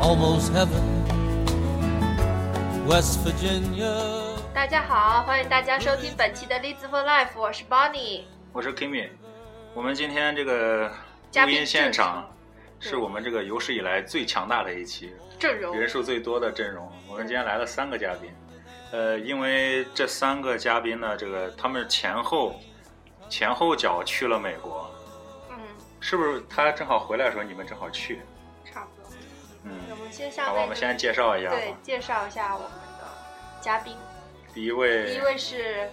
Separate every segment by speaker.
Speaker 1: almost heaven. West Virginia.
Speaker 2: 大家好，欢迎大家收听本期的《Leads for Life》，我是 Bonnie。
Speaker 3: 我是 Kimi，我们今天这个
Speaker 2: 嘉
Speaker 3: 录
Speaker 2: 宾
Speaker 3: 音现场
Speaker 2: 阵容
Speaker 3: 是我们这个有史以来最强大的一期，
Speaker 2: 阵容
Speaker 3: 人数最多的阵容。我们今天来了三个嘉宾，呃，因为这三个嘉宾呢，这个他们前后前后脚去了美国，
Speaker 2: 嗯，
Speaker 3: 是不是？他正好回来的时候，你们正好去。
Speaker 2: 差不多。
Speaker 3: 嗯，
Speaker 2: 我们先
Speaker 3: 好
Speaker 2: 下
Speaker 3: 吧，
Speaker 2: 面
Speaker 3: 我们先介绍一下
Speaker 2: 对
Speaker 3: 吧。
Speaker 2: 介绍一下我们的嘉宾，
Speaker 3: 第一
Speaker 2: 第
Speaker 3: 位
Speaker 2: 一，位是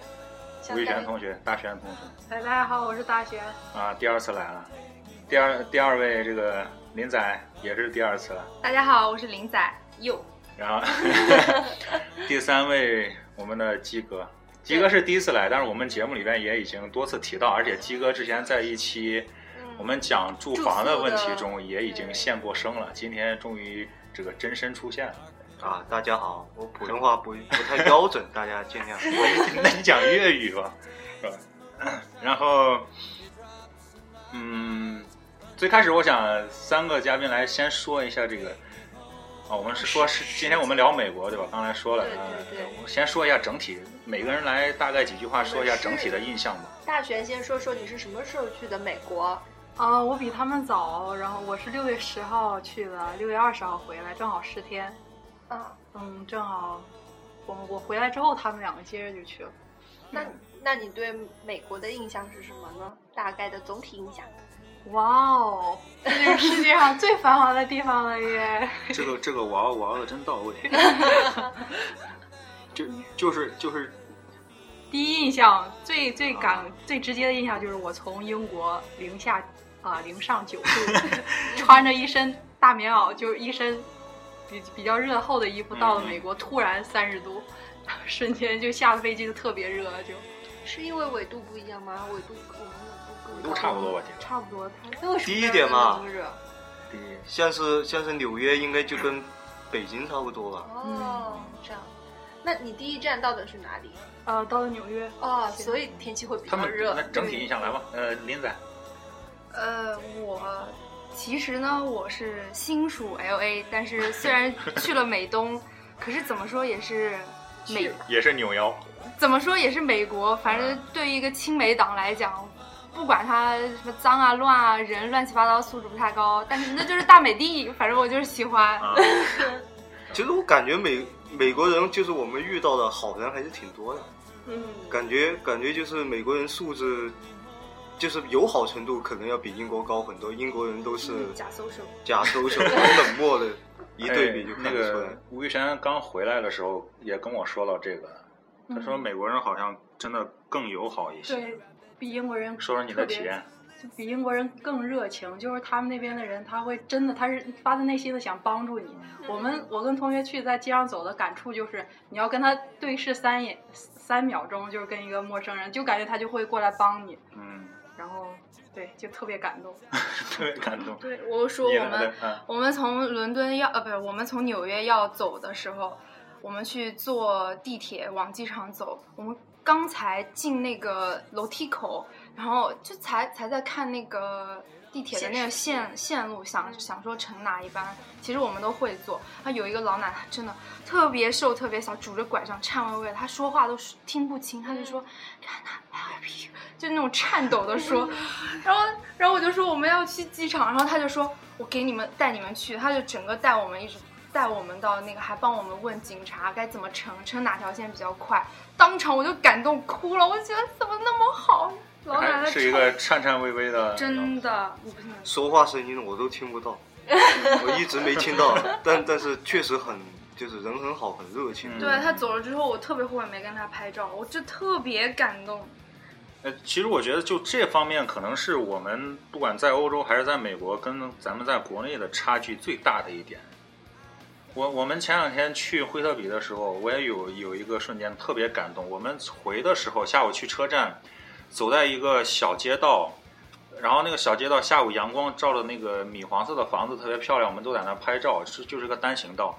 Speaker 3: 吴宇璇同学，大璇同学
Speaker 2: 大家好，我是大璇。
Speaker 3: 啊，第二次来了。第二第二位这个林仔也是第二次了。
Speaker 4: 大家好，我是林仔。哟，
Speaker 3: 然后第三位，我们的鸡哥，鸡哥是第一次来，但是我们节目里边也已经多次提到，而且鸡哥之前在一期
Speaker 2: 嗯，
Speaker 3: 我们讲住房的问题中也已经现过声了，今天终于这个真身出现了。
Speaker 5: 啊，大家好，我普通话不不太标准，大家见 谅。
Speaker 3: 那你讲粤语吧，是吧？ 然后，嗯，最开始我想三个嘉宾来先说一下这个。啊、我们是说，是今天我们聊美国，对吧？刚才说了，
Speaker 2: 对对
Speaker 3: 呃
Speaker 2: 对
Speaker 3: 我先说一下整体，每个人来大概几句话，说一下整体的印象吧。
Speaker 2: 大璇先说说你是什么时候去的美国？
Speaker 4: 啊，我比他们早，然后我是六月十号去的，六月二十号回来，正好十天。
Speaker 2: 啊，
Speaker 4: 嗯，正好我我回来之后，他们两个接着就去了。
Speaker 2: 那那你对美国的印象是什么呢？大概的总体印象？
Speaker 4: 哇哦，这就是世界上最繁华的地方了耶！
Speaker 3: 这个这个哇哦哇哦的真到 位，就就是就是
Speaker 4: 第一印象最最感、最直接的印象就是我从英国零下啊、零上九度，穿着一身大棉袄，就是一身比比较热厚的衣服，到了美国突然三十度，瞬间就下了飞机就特别热，就
Speaker 2: 是因为纬度不一样吗？纬度我们纬度
Speaker 3: 纬
Speaker 2: 不
Speaker 3: 度差不多吧，这
Speaker 4: 差不多。
Speaker 2: 那为什么
Speaker 5: 低一点嘛
Speaker 2: 那么热？
Speaker 3: 第一
Speaker 5: 像是像是纽约，应该就跟北京差不多吧。
Speaker 2: 哦，这样。那你第一站到的是哪里？
Speaker 4: 呃，到了纽约，
Speaker 2: 哦，
Speaker 4: 是
Speaker 2: 所以天气会比
Speaker 3: 他
Speaker 2: 较
Speaker 3: 们
Speaker 2: 热。
Speaker 3: 那整体印象来吧，呃，林仔，
Speaker 6: 呃，我其实呢，我是新属 L A，但是虽然去了美东，可是怎么说也是美，
Speaker 3: 也是扭腰，
Speaker 6: 怎么说也是美国。反正对于一个亲美党来讲，不管它什么脏啊、乱啊、人乱七八糟，素质不太高，但是那就是大美地。反正我就是喜欢。
Speaker 3: 啊，
Speaker 5: 其实我感觉美美国人就是我们遇到的好人还是挺多的，
Speaker 2: 嗯，
Speaker 5: 感觉感觉就是美国人素质。就是友好程度可能要比英国高很多，英国人都是
Speaker 6: 假 social，
Speaker 5: 假 social 很冷漠的，一对比就
Speaker 3: 哎那
Speaker 5: 看 得出来。
Speaker 3: 个吴玉山刚回来的时候也跟我说了这个，他
Speaker 6: 嗯
Speaker 3: 说美国人好像真的更友好一些。
Speaker 4: 对比英国人
Speaker 3: 说说你的体验，
Speaker 4: 就比英国人更热情，就是他们那边的人，他会真的，他是发自内心的想帮助你。
Speaker 6: 嗯
Speaker 4: 我们我跟同学去在街上走的感触就是，你要跟他对视三眼三秒钟，就是跟一个陌生人，就感觉他就会过来帮你，
Speaker 3: 嗯，
Speaker 4: 然后对，就特别感动。
Speaker 3: 特别感动。
Speaker 6: 对，我说
Speaker 3: 你
Speaker 6: 我
Speaker 3: 呢
Speaker 6: 们
Speaker 3: 对啊
Speaker 6: 我们从伦敦要呃，不是我们从纽约要走的时候，我们去坐地铁往机场走，我们刚才进那个楼梯口，然后就才才在看那个地铁的那个线线路，想想说乘哪一班。其实我们都会坐。啊，有一个老奶奶真的特别瘦，特别小，拄着拐杖颤巍巍的，她说话都是听不清，她就说 “Can I help you？” 就那种颤抖的说。然后，然后我就说我们要去机场，然后她就说我给你们带你们去，她就整个带我们一直。带我们到那个，还帮我们问警察该怎么乘，乘哪条线比较快。当场我就感动哭了，我觉得怎么那么好，老奶
Speaker 3: 还
Speaker 6: 奶
Speaker 3: 是一个颤颤巍巍的，
Speaker 6: 真的，你不信？
Speaker 5: 说话声音我都听不 到，我一直没听到，但但是确实很就是人很好，很热情。
Speaker 3: 嗯
Speaker 6: 对他走了之后，我特别后悔没跟他拍照，我就特别感动。
Speaker 3: 呃，其实我觉得就这方面，可能是我们不管在欧洲还是在美国，跟咱们在国内的差距最大的一点。我我们前两天去惠特比的时候，我也有有一个瞬间特别感动。我们回的时候，下午去车站，走在一个小街道，然后那个小街道下午阳光照的那个米黄色的房子特别漂亮，我们都在那拍照，是就是个单行道，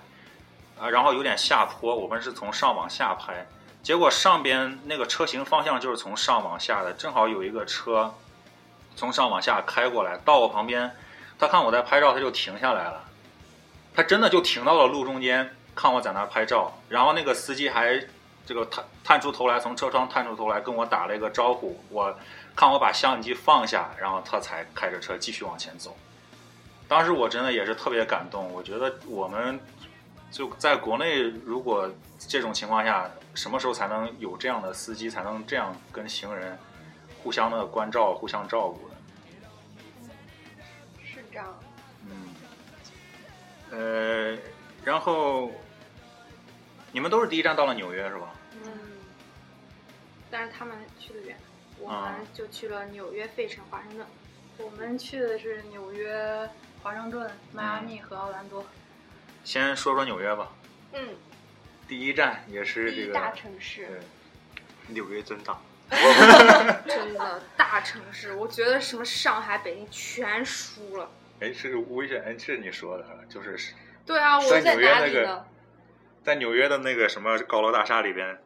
Speaker 3: 啊，然后有点下坡，我们是从上往下拍，结果上边那个车型方向就是从上往下的，正好有一个车从上往下开过来，到我旁边，他看我在拍照，他就停下来了。他真的就停到了路中间，看我在那儿拍照，然后那个司机还这个探探出头来，从车窗探出头来跟我打了一个招呼，我看我把相机放下，然后他才开着车继续往前走。当时我真的也是特别感动，我觉得我们就在国内，如果这种情况下，什么时候才能有这样的司机，才能这样跟行人互相的关照、互相照顾的？
Speaker 2: 是这样。
Speaker 3: 嗯，呃，然后你们都是第一站到了纽约是吧？
Speaker 2: 嗯，
Speaker 7: 但是他们去的远，我
Speaker 3: 啊
Speaker 7: 们就去了纽约、费城、华盛顿。
Speaker 4: 我们去的是纽约、华盛顿、迈阿密和奥兰多。
Speaker 3: 先说说纽约吧，
Speaker 2: 嗯，
Speaker 3: 第一站也是
Speaker 2: 第
Speaker 3: 这
Speaker 2: 一
Speaker 3: 个呃
Speaker 2: 大城市，
Speaker 3: 对
Speaker 5: 纽约真大，
Speaker 3: 嗯
Speaker 7: 真的大城市，我觉得什么上海、北京全输了。
Speaker 3: 哎，是危险，是你说的，啊就是
Speaker 7: 对啊，我
Speaker 3: 在
Speaker 7: 在
Speaker 3: 纽约
Speaker 7: 哪
Speaker 3: 那
Speaker 7: 里
Speaker 3: 个
Speaker 7: 呢？
Speaker 3: 在纽约的那个什么高楼大厦里边，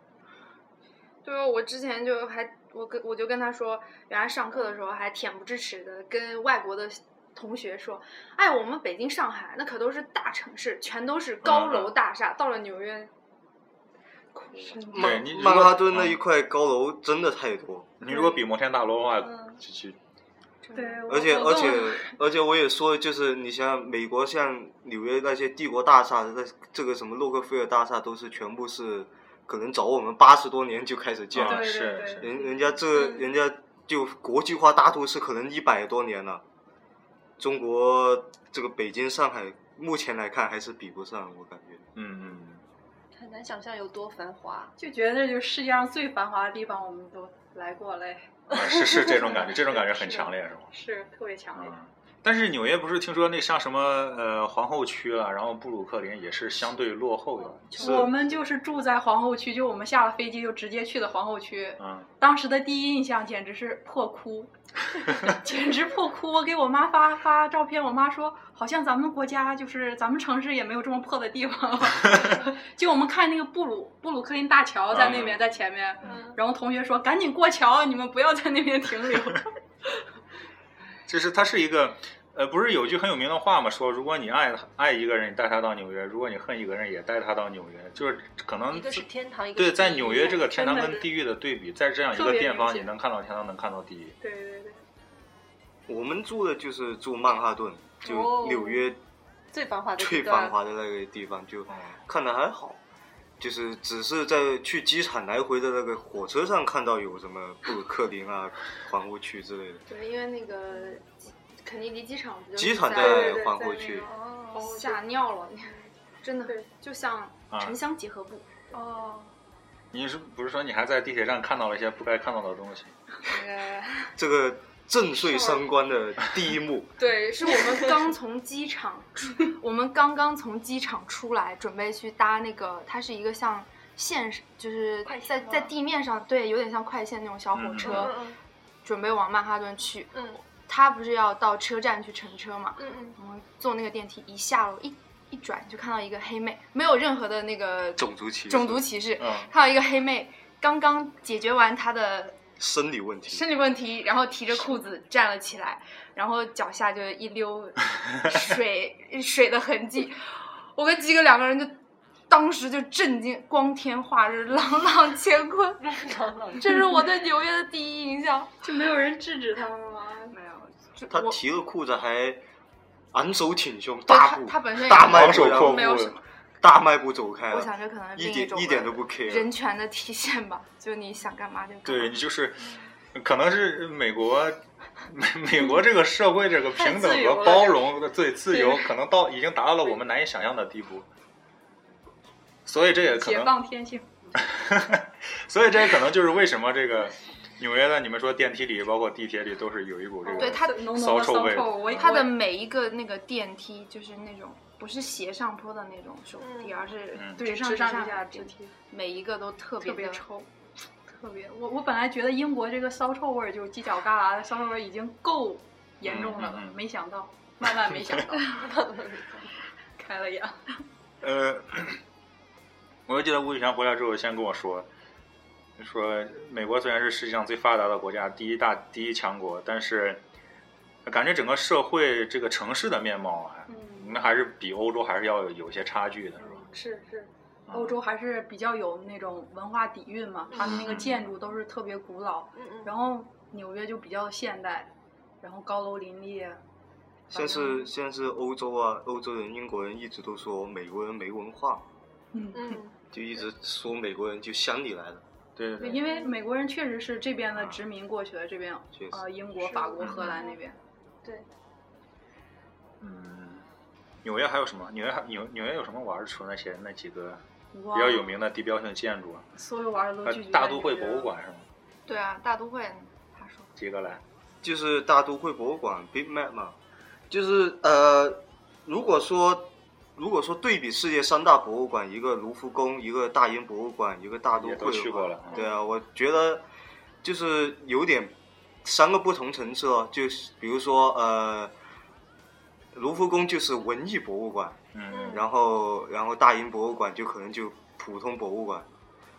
Speaker 7: 对啊，我之前就还我跟我就跟他说，原来上课的时候还恬不知耻的跟外国的同学说，哎，我们北京、上海那可都是大城市，全都是高
Speaker 3: 嗯
Speaker 7: 楼大厦，到了纽约，哭了。
Speaker 3: 对
Speaker 5: 曼
Speaker 3: 你如果
Speaker 5: 曼哈顿那一块高楼真的太多，
Speaker 3: 你如果比摩天大楼的话，
Speaker 7: 嗯
Speaker 3: 去去
Speaker 7: 真的
Speaker 4: 对，
Speaker 5: 而且
Speaker 4: 我
Speaker 5: 而且而且我也说，就是你想想美国像纽约那些帝国大厦，那这个什么洛克菲尔大厦都是全部是可能早我们八十多年就开始建
Speaker 3: 啊
Speaker 5: 了，
Speaker 4: 对
Speaker 3: 是
Speaker 4: 对
Speaker 3: 是
Speaker 5: 人人家这
Speaker 7: 嗯
Speaker 5: 人家就国际化大都市可能一百多年了，中国这个北京上海目前来看还是比不上，我感觉。
Speaker 3: 嗯嗯，
Speaker 2: 很难想象有多繁华。
Speaker 4: 就觉得这就是世界上最繁华的地方，我们都来过嘞，
Speaker 3: 嗯啊是是这种感觉，这种感觉很强烈是吗？
Speaker 4: 是特别强烈。
Speaker 5: 啊
Speaker 3: 嗯，但是纽约不是听说那像什么呃皇后区了，然后布鲁克林也是相对落后的，
Speaker 5: 是
Speaker 4: 我们就是住在皇后区，就我们下了飞机就直接去的皇后区。
Speaker 5: 啊
Speaker 3: 嗯，
Speaker 4: 当时的第一印象简直是破哭， 简直破哭！我给我妈发发照片，我妈说好像咱们国家就是咱们城市也没有这么破的地 方。 就我们看那个布鲁布鲁克林大桥在那边，
Speaker 3: 嗯
Speaker 4: 在前面，
Speaker 3: 嗯
Speaker 4: 然后同学说赶紧过桥，你们不要在那边停 留。
Speaker 3: 就是它是一个。呃，不是有句很有名的话嘛，说如果你爱爱一个人，你带他到纽约；如果你恨一个人，也带他到纽约。就是可能
Speaker 2: 一个是天堂，一个
Speaker 3: 对，
Speaker 2: 是
Speaker 3: 在
Speaker 2: 地狱
Speaker 3: 纽约这个天堂
Speaker 4: 真的
Speaker 3: 跟地狱的对比，在这样一个地
Speaker 4: 特别明
Speaker 3: 方，你
Speaker 4: 显
Speaker 3: 能看到天堂，能看到地狱。
Speaker 4: 对对对，
Speaker 5: 我们住的就是住曼哈顿，
Speaker 2: 哦
Speaker 5: 就纽约
Speaker 2: 最繁华的
Speaker 5: 最
Speaker 2: 地
Speaker 6: 啊
Speaker 5: 繁
Speaker 2: 段，
Speaker 5: 华的那个地方，就看的还好，就是只是在去机场来回的那个火车上看到有什么布鲁克林啊、皇后区之类的，
Speaker 7: 对，因为那个机肯尼迪机场不就
Speaker 5: 机场
Speaker 7: 在
Speaker 5: 在
Speaker 7: 对对
Speaker 5: 皇
Speaker 7: 在
Speaker 5: 后
Speaker 7: 那
Speaker 5: 区
Speaker 7: 个
Speaker 2: 哦
Speaker 7: 吓尿了， 真的就像
Speaker 3: 啊
Speaker 7: 城乡结合部。
Speaker 4: 哦，
Speaker 3: 你是不是说你还在地铁站看到了一些不该看到的东西？
Speaker 7: 那个
Speaker 5: 这个震碎三观的第一 幕。
Speaker 7: 对，是我们刚从机场出，
Speaker 6: 我们刚刚从机场出来，准备去搭那个，它是一个像线，就是
Speaker 2: 快
Speaker 6: 在
Speaker 2: 线吗
Speaker 6: 在地面上，对，有点像快线那种小火
Speaker 2: 嗯
Speaker 6: 车，
Speaker 2: 嗯
Speaker 6: 准备往曼哈顿去。
Speaker 2: 嗯
Speaker 6: 他不是要到车站去乘车嘛？
Speaker 2: 嗯嗯
Speaker 6: 我们坐那个电梯，一下楼一一转就看到一个黑妹，没有任何的那个
Speaker 5: 种族歧视，
Speaker 6: 种族歧视，
Speaker 3: 嗯，
Speaker 6: 看到一个黑妹刚刚解决完她的
Speaker 5: 生理问题，
Speaker 6: 生理问题，然后提着裤子站了起来，然后脚下就一溜 水水的痕迹。我跟鸡哥两个人就当时就震惊，光天化日，朗朗乾 坤。
Speaker 2: 嗯，朗朗
Speaker 6: 这是我对纽约的第一印象。
Speaker 4: 就没有人制止他们吗？
Speaker 6: 没有，就
Speaker 5: 他
Speaker 6: 我
Speaker 5: 提了裤子还昂首挺胸，
Speaker 6: 对
Speaker 5: 大
Speaker 6: 他
Speaker 5: 步
Speaker 6: 他本身也
Speaker 5: 大迈
Speaker 3: 昂
Speaker 5: 步
Speaker 3: 首
Speaker 5: 然
Speaker 3: 阔
Speaker 5: 后
Speaker 3: 步
Speaker 6: 没有什么。
Speaker 5: 大迈步走开
Speaker 6: 我想
Speaker 5: 了，
Speaker 6: 这可能是
Speaker 5: 一
Speaker 6: 另一
Speaker 5: 点
Speaker 6: 种
Speaker 5: 一点都不 care。
Speaker 6: 人权的体现吧，就你想干嘛就干
Speaker 3: 对
Speaker 6: 嘛。
Speaker 3: 你就是，可能是美国，美美国这个社会这个平
Speaker 4: 太
Speaker 3: 等
Speaker 4: 自由
Speaker 3: 和
Speaker 4: 了
Speaker 3: 包容的最自由，可能到已经达到了我们难以想象的地步。所以这也可
Speaker 4: 解
Speaker 3: 能，
Speaker 4: 放天性。
Speaker 3: 所以这也可能就是为什么这个纽约的你们说电梯里，包括地铁里都是有一股这个
Speaker 6: 对它
Speaker 4: 浓浓
Speaker 3: 骚
Speaker 4: 的
Speaker 3: 臭
Speaker 4: 骚
Speaker 3: 味
Speaker 4: 臭，我
Speaker 6: 它的嗯每一个那个电梯就是那种不是斜上坡的那种手梯，
Speaker 2: 嗯
Speaker 6: 而是
Speaker 3: 嗯
Speaker 4: 对上
Speaker 6: 直
Speaker 4: 上
Speaker 6: 上
Speaker 4: 直下
Speaker 6: 直
Speaker 4: 直梯
Speaker 6: 每一个都特别
Speaker 4: 特别
Speaker 6: 的
Speaker 4: 臭，特别。我我本来觉得英国这个骚臭味儿，就是犄角旮旯的骚臭味儿已经够严重了，
Speaker 3: 嗯嗯嗯
Speaker 4: 没想到，万万没想 到，开了眼。
Speaker 3: 呃，我就记得吴宇轩回来之后先跟我说，说美国虽然是世界上最发达的国家，第一大第一强国，但是感觉整个社会这个城市的面貌啊，
Speaker 4: 嗯
Speaker 3: 那还是比欧洲还是要有有一些差距的，是吧？
Speaker 7: 是是，
Speaker 4: 嗯欧洲还是比较有那种文化底蕴嘛，它的那
Speaker 7: 嗯
Speaker 4: 个建筑都是特别古老，
Speaker 2: 嗯嗯，
Speaker 4: 然后纽约就比较现代，然后高楼林立。
Speaker 6: 啊
Speaker 5: 像是像是欧洲啊，欧洲人、英国人一直都说美国人没文化，
Speaker 4: 嗯，
Speaker 2: 嗯
Speaker 5: 就一直说美国人就乡里来的，
Speaker 3: 啊对对对。
Speaker 4: 因为美国人确实是这边的殖民过去的，这边
Speaker 5: 确实
Speaker 4: 呃英国、
Speaker 2: 是
Speaker 4: 法国、荷兰那边。
Speaker 3: 嗯，纽约还有什么？纽约还纽纽约有什么玩儿？除了那些那几个
Speaker 4: 比
Speaker 3: 比较有，名的地标性建筑啊，
Speaker 4: 所有玩的都
Speaker 3: 呃
Speaker 4: 聚集在
Speaker 3: 大都会
Speaker 4: 纽约
Speaker 3: 博物。馆是吗？
Speaker 6: 对啊，大都会，他说
Speaker 3: 几个来？
Speaker 5: 就是大都会博物馆 Big Map 嘛，就是呃，如果说如果说对比世界三大博物馆，一个卢浮宫，一个大英博物馆，一个大都会
Speaker 3: 也
Speaker 5: 的
Speaker 3: 都
Speaker 5: 话，
Speaker 3: 去过了嗯
Speaker 5: 对啊，我觉得就是有点三个不同层次哦，就是比如说呃，卢浮宫就是文艺博物馆，
Speaker 3: 嗯，
Speaker 5: 然后然后大英博物馆就可能就普通博物馆，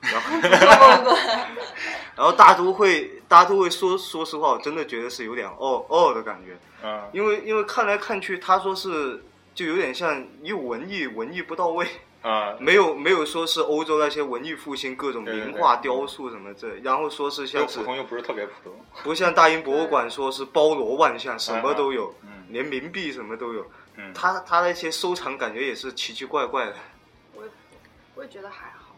Speaker 5: 然后 然后大都会大都会说说实话，我真的觉得是有点哦哦的感觉，
Speaker 3: 啊，
Speaker 5: 因为因为看来看去，他说是就有点像又文艺文艺不到位，
Speaker 3: 啊，
Speaker 5: 没有没有说是欧洲那些文艺复兴各种
Speaker 3: 对对
Speaker 5: 名
Speaker 3: 对
Speaker 5: 画雕塑什么这，然后说是
Speaker 3: 又
Speaker 5: 像是
Speaker 3: 普通又不是特别普通。
Speaker 5: 不像大英博物馆说是包罗万象，什么都有，
Speaker 3: 嗯
Speaker 5: 连冥币什么都有，
Speaker 3: 嗯，
Speaker 5: 他他那些收藏感觉也是奇奇怪怪的。
Speaker 7: 我也我也觉得还好，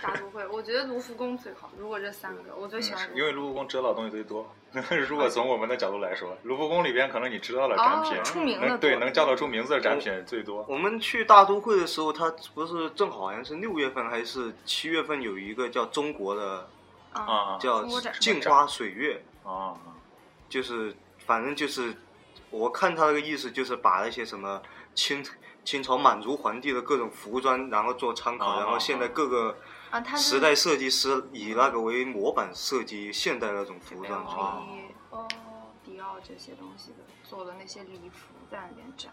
Speaker 7: 大都会，我觉得卢浮宫最好。如果这三个，我最
Speaker 3: 嗯
Speaker 7: 喜欢
Speaker 3: 是
Speaker 7: 卢
Speaker 3: 因为卢浮宫知道的东西最多。 如果从我们的角度来说，卢浮宫里边可能你知道的展品
Speaker 6: 哦，出名的
Speaker 3: 能对
Speaker 6: 多
Speaker 3: 能叫得出名字的展品最多。
Speaker 5: 我们去大都会的时候，他不是正好好像是六月份还是七月份有一个叫中国的
Speaker 6: 啊，
Speaker 3: 啊
Speaker 5: 叫
Speaker 6: 中国展
Speaker 5: 镜花水月，
Speaker 3: 啊，
Speaker 5: 就是反正就是我看他那个意思就是把那些什么清清朝满族皇帝的各种服装，然后做参考，
Speaker 3: 啊
Speaker 5: 然后现在各个
Speaker 6: 啊，他
Speaker 5: 时
Speaker 6: 是
Speaker 5: 代设计师以那个为模板设计现代那种服装出来。
Speaker 6: LV、哦、迪奥这些东西的做的那些礼服在那边展，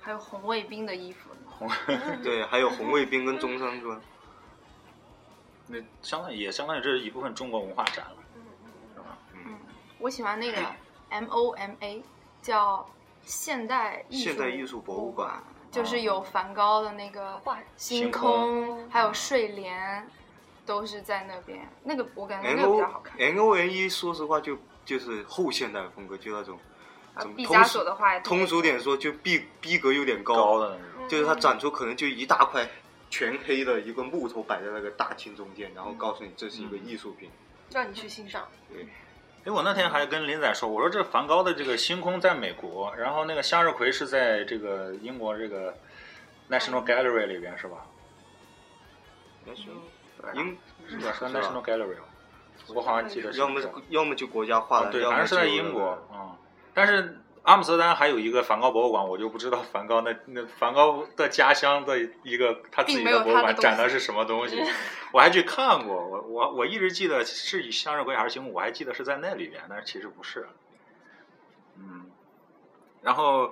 Speaker 6: 还有红卫兵的衣服呢。
Speaker 5: 对，还有红卫兵跟中山装。
Speaker 3: 那相当于也相当于这是一部分中国文化展了，是吧？
Speaker 6: 嗯，我喜欢那 个 M O M A，叫现代艺术
Speaker 5: 现代艺术博物馆，
Speaker 6: 就是有梵高的那个
Speaker 2: 画
Speaker 6: 星
Speaker 3: 星
Speaker 6: 空，还有睡莲，都是在那边。那个我 感觉
Speaker 5: N
Speaker 6: 那个比
Speaker 5: O
Speaker 6: 较好看。
Speaker 5: N O N 一，说实话就就是后现代风格，就那种
Speaker 6: 啊
Speaker 5: 怎么
Speaker 6: 毕
Speaker 5: 通
Speaker 6: 加
Speaker 5: 俗
Speaker 6: 索的画也挺
Speaker 5: 通俗点说，就逼逼格有点高，
Speaker 3: 高的那种。
Speaker 2: 嗯
Speaker 5: 就是它展出可能就一大块全黑的一个木头摆在那个大厅中间，然后告诉你这是一个艺术品。
Speaker 2: 让你去欣赏，
Speaker 3: 哎，我那天还跟林仔说，我说这梵高的这个《星空》在美国，然后那个向日葵是在这个英国这个 National Gallery 里边是吧？
Speaker 5: 那行
Speaker 6: 嗯
Speaker 5: 英
Speaker 3: 是吧？是
Speaker 5: 啊是吧
Speaker 3: National Gallery 吧？我好像记得是这
Speaker 5: 要
Speaker 3: 样。
Speaker 5: 么是哦要么就国家画
Speaker 3: 啊
Speaker 5: 的，
Speaker 3: 对，
Speaker 5: 要
Speaker 3: 反
Speaker 5: 么
Speaker 3: 正是在
Speaker 5: 就
Speaker 3: 英国。嗯，但是阿姆斯特丹还有一个梵高博物馆，我就不知道梵高那那梵高的家乡的一个他自己
Speaker 6: 并没有
Speaker 3: 的博物
Speaker 6: 他的
Speaker 3: 馆
Speaker 6: 东西
Speaker 3: 展的是什么东 西，我还去看过。我我我一直记得是以向日葵还是星空，我还记得是在那里边，但是其实不是。嗯，然后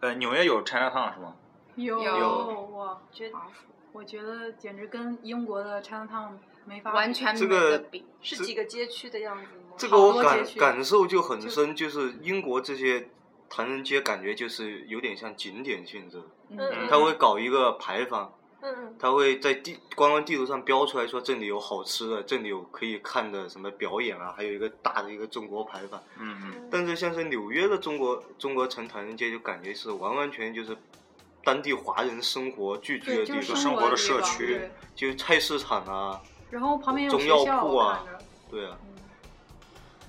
Speaker 3: 呃，纽约有 Chinatown 是吗？
Speaker 4: 有
Speaker 6: 有
Speaker 4: 哇，觉
Speaker 6: 华
Speaker 4: 我觉得简直跟英国的 Chinatown 没法比
Speaker 6: 完全没
Speaker 5: 这个
Speaker 6: 得比。
Speaker 2: 是几个街区的样子吗？
Speaker 5: 这个我
Speaker 4: 好多
Speaker 5: 感
Speaker 4: 街区
Speaker 5: 感受就很深，就是英国这些唐人街感觉就是有点像景点性质的，
Speaker 2: 嗯
Speaker 5: 他会搞一个牌坊。
Speaker 2: 嗯
Speaker 5: 他会在地官方地图上标出来说这里有好吃的，这里有可以看的什么表演啊，还有一个大的一个中国牌坊。
Speaker 3: 嗯
Speaker 5: 但是像是纽约的中国中国城唐人街，就感觉是完完全全就是当地华人生活聚居的
Speaker 4: 对，
Speaker 5: 地
Speaker 4: 就
Speaker 5: 方，
Speaker 4: 是
Speaker 3: 生活
Speaker 4: 活
Speaker 3: 的
Speaker 4: 地
Speaker 3: 社
Speaker 4: 方
Speaker 3: 区
Speaker 4: 对
Speaker 5: 就是菜市场啊，
Speaker 4: 然后旁边有
Speaker 5: 中
Speaker 4: 学
Speaker 5: 药
Speaker 4: 校
Speaker 5: 铺
Speaker 4: 我
Speaker 5: 啊
Speaker 4: 看着
Speaker 5: 对啊，
Speaker 4: 嗯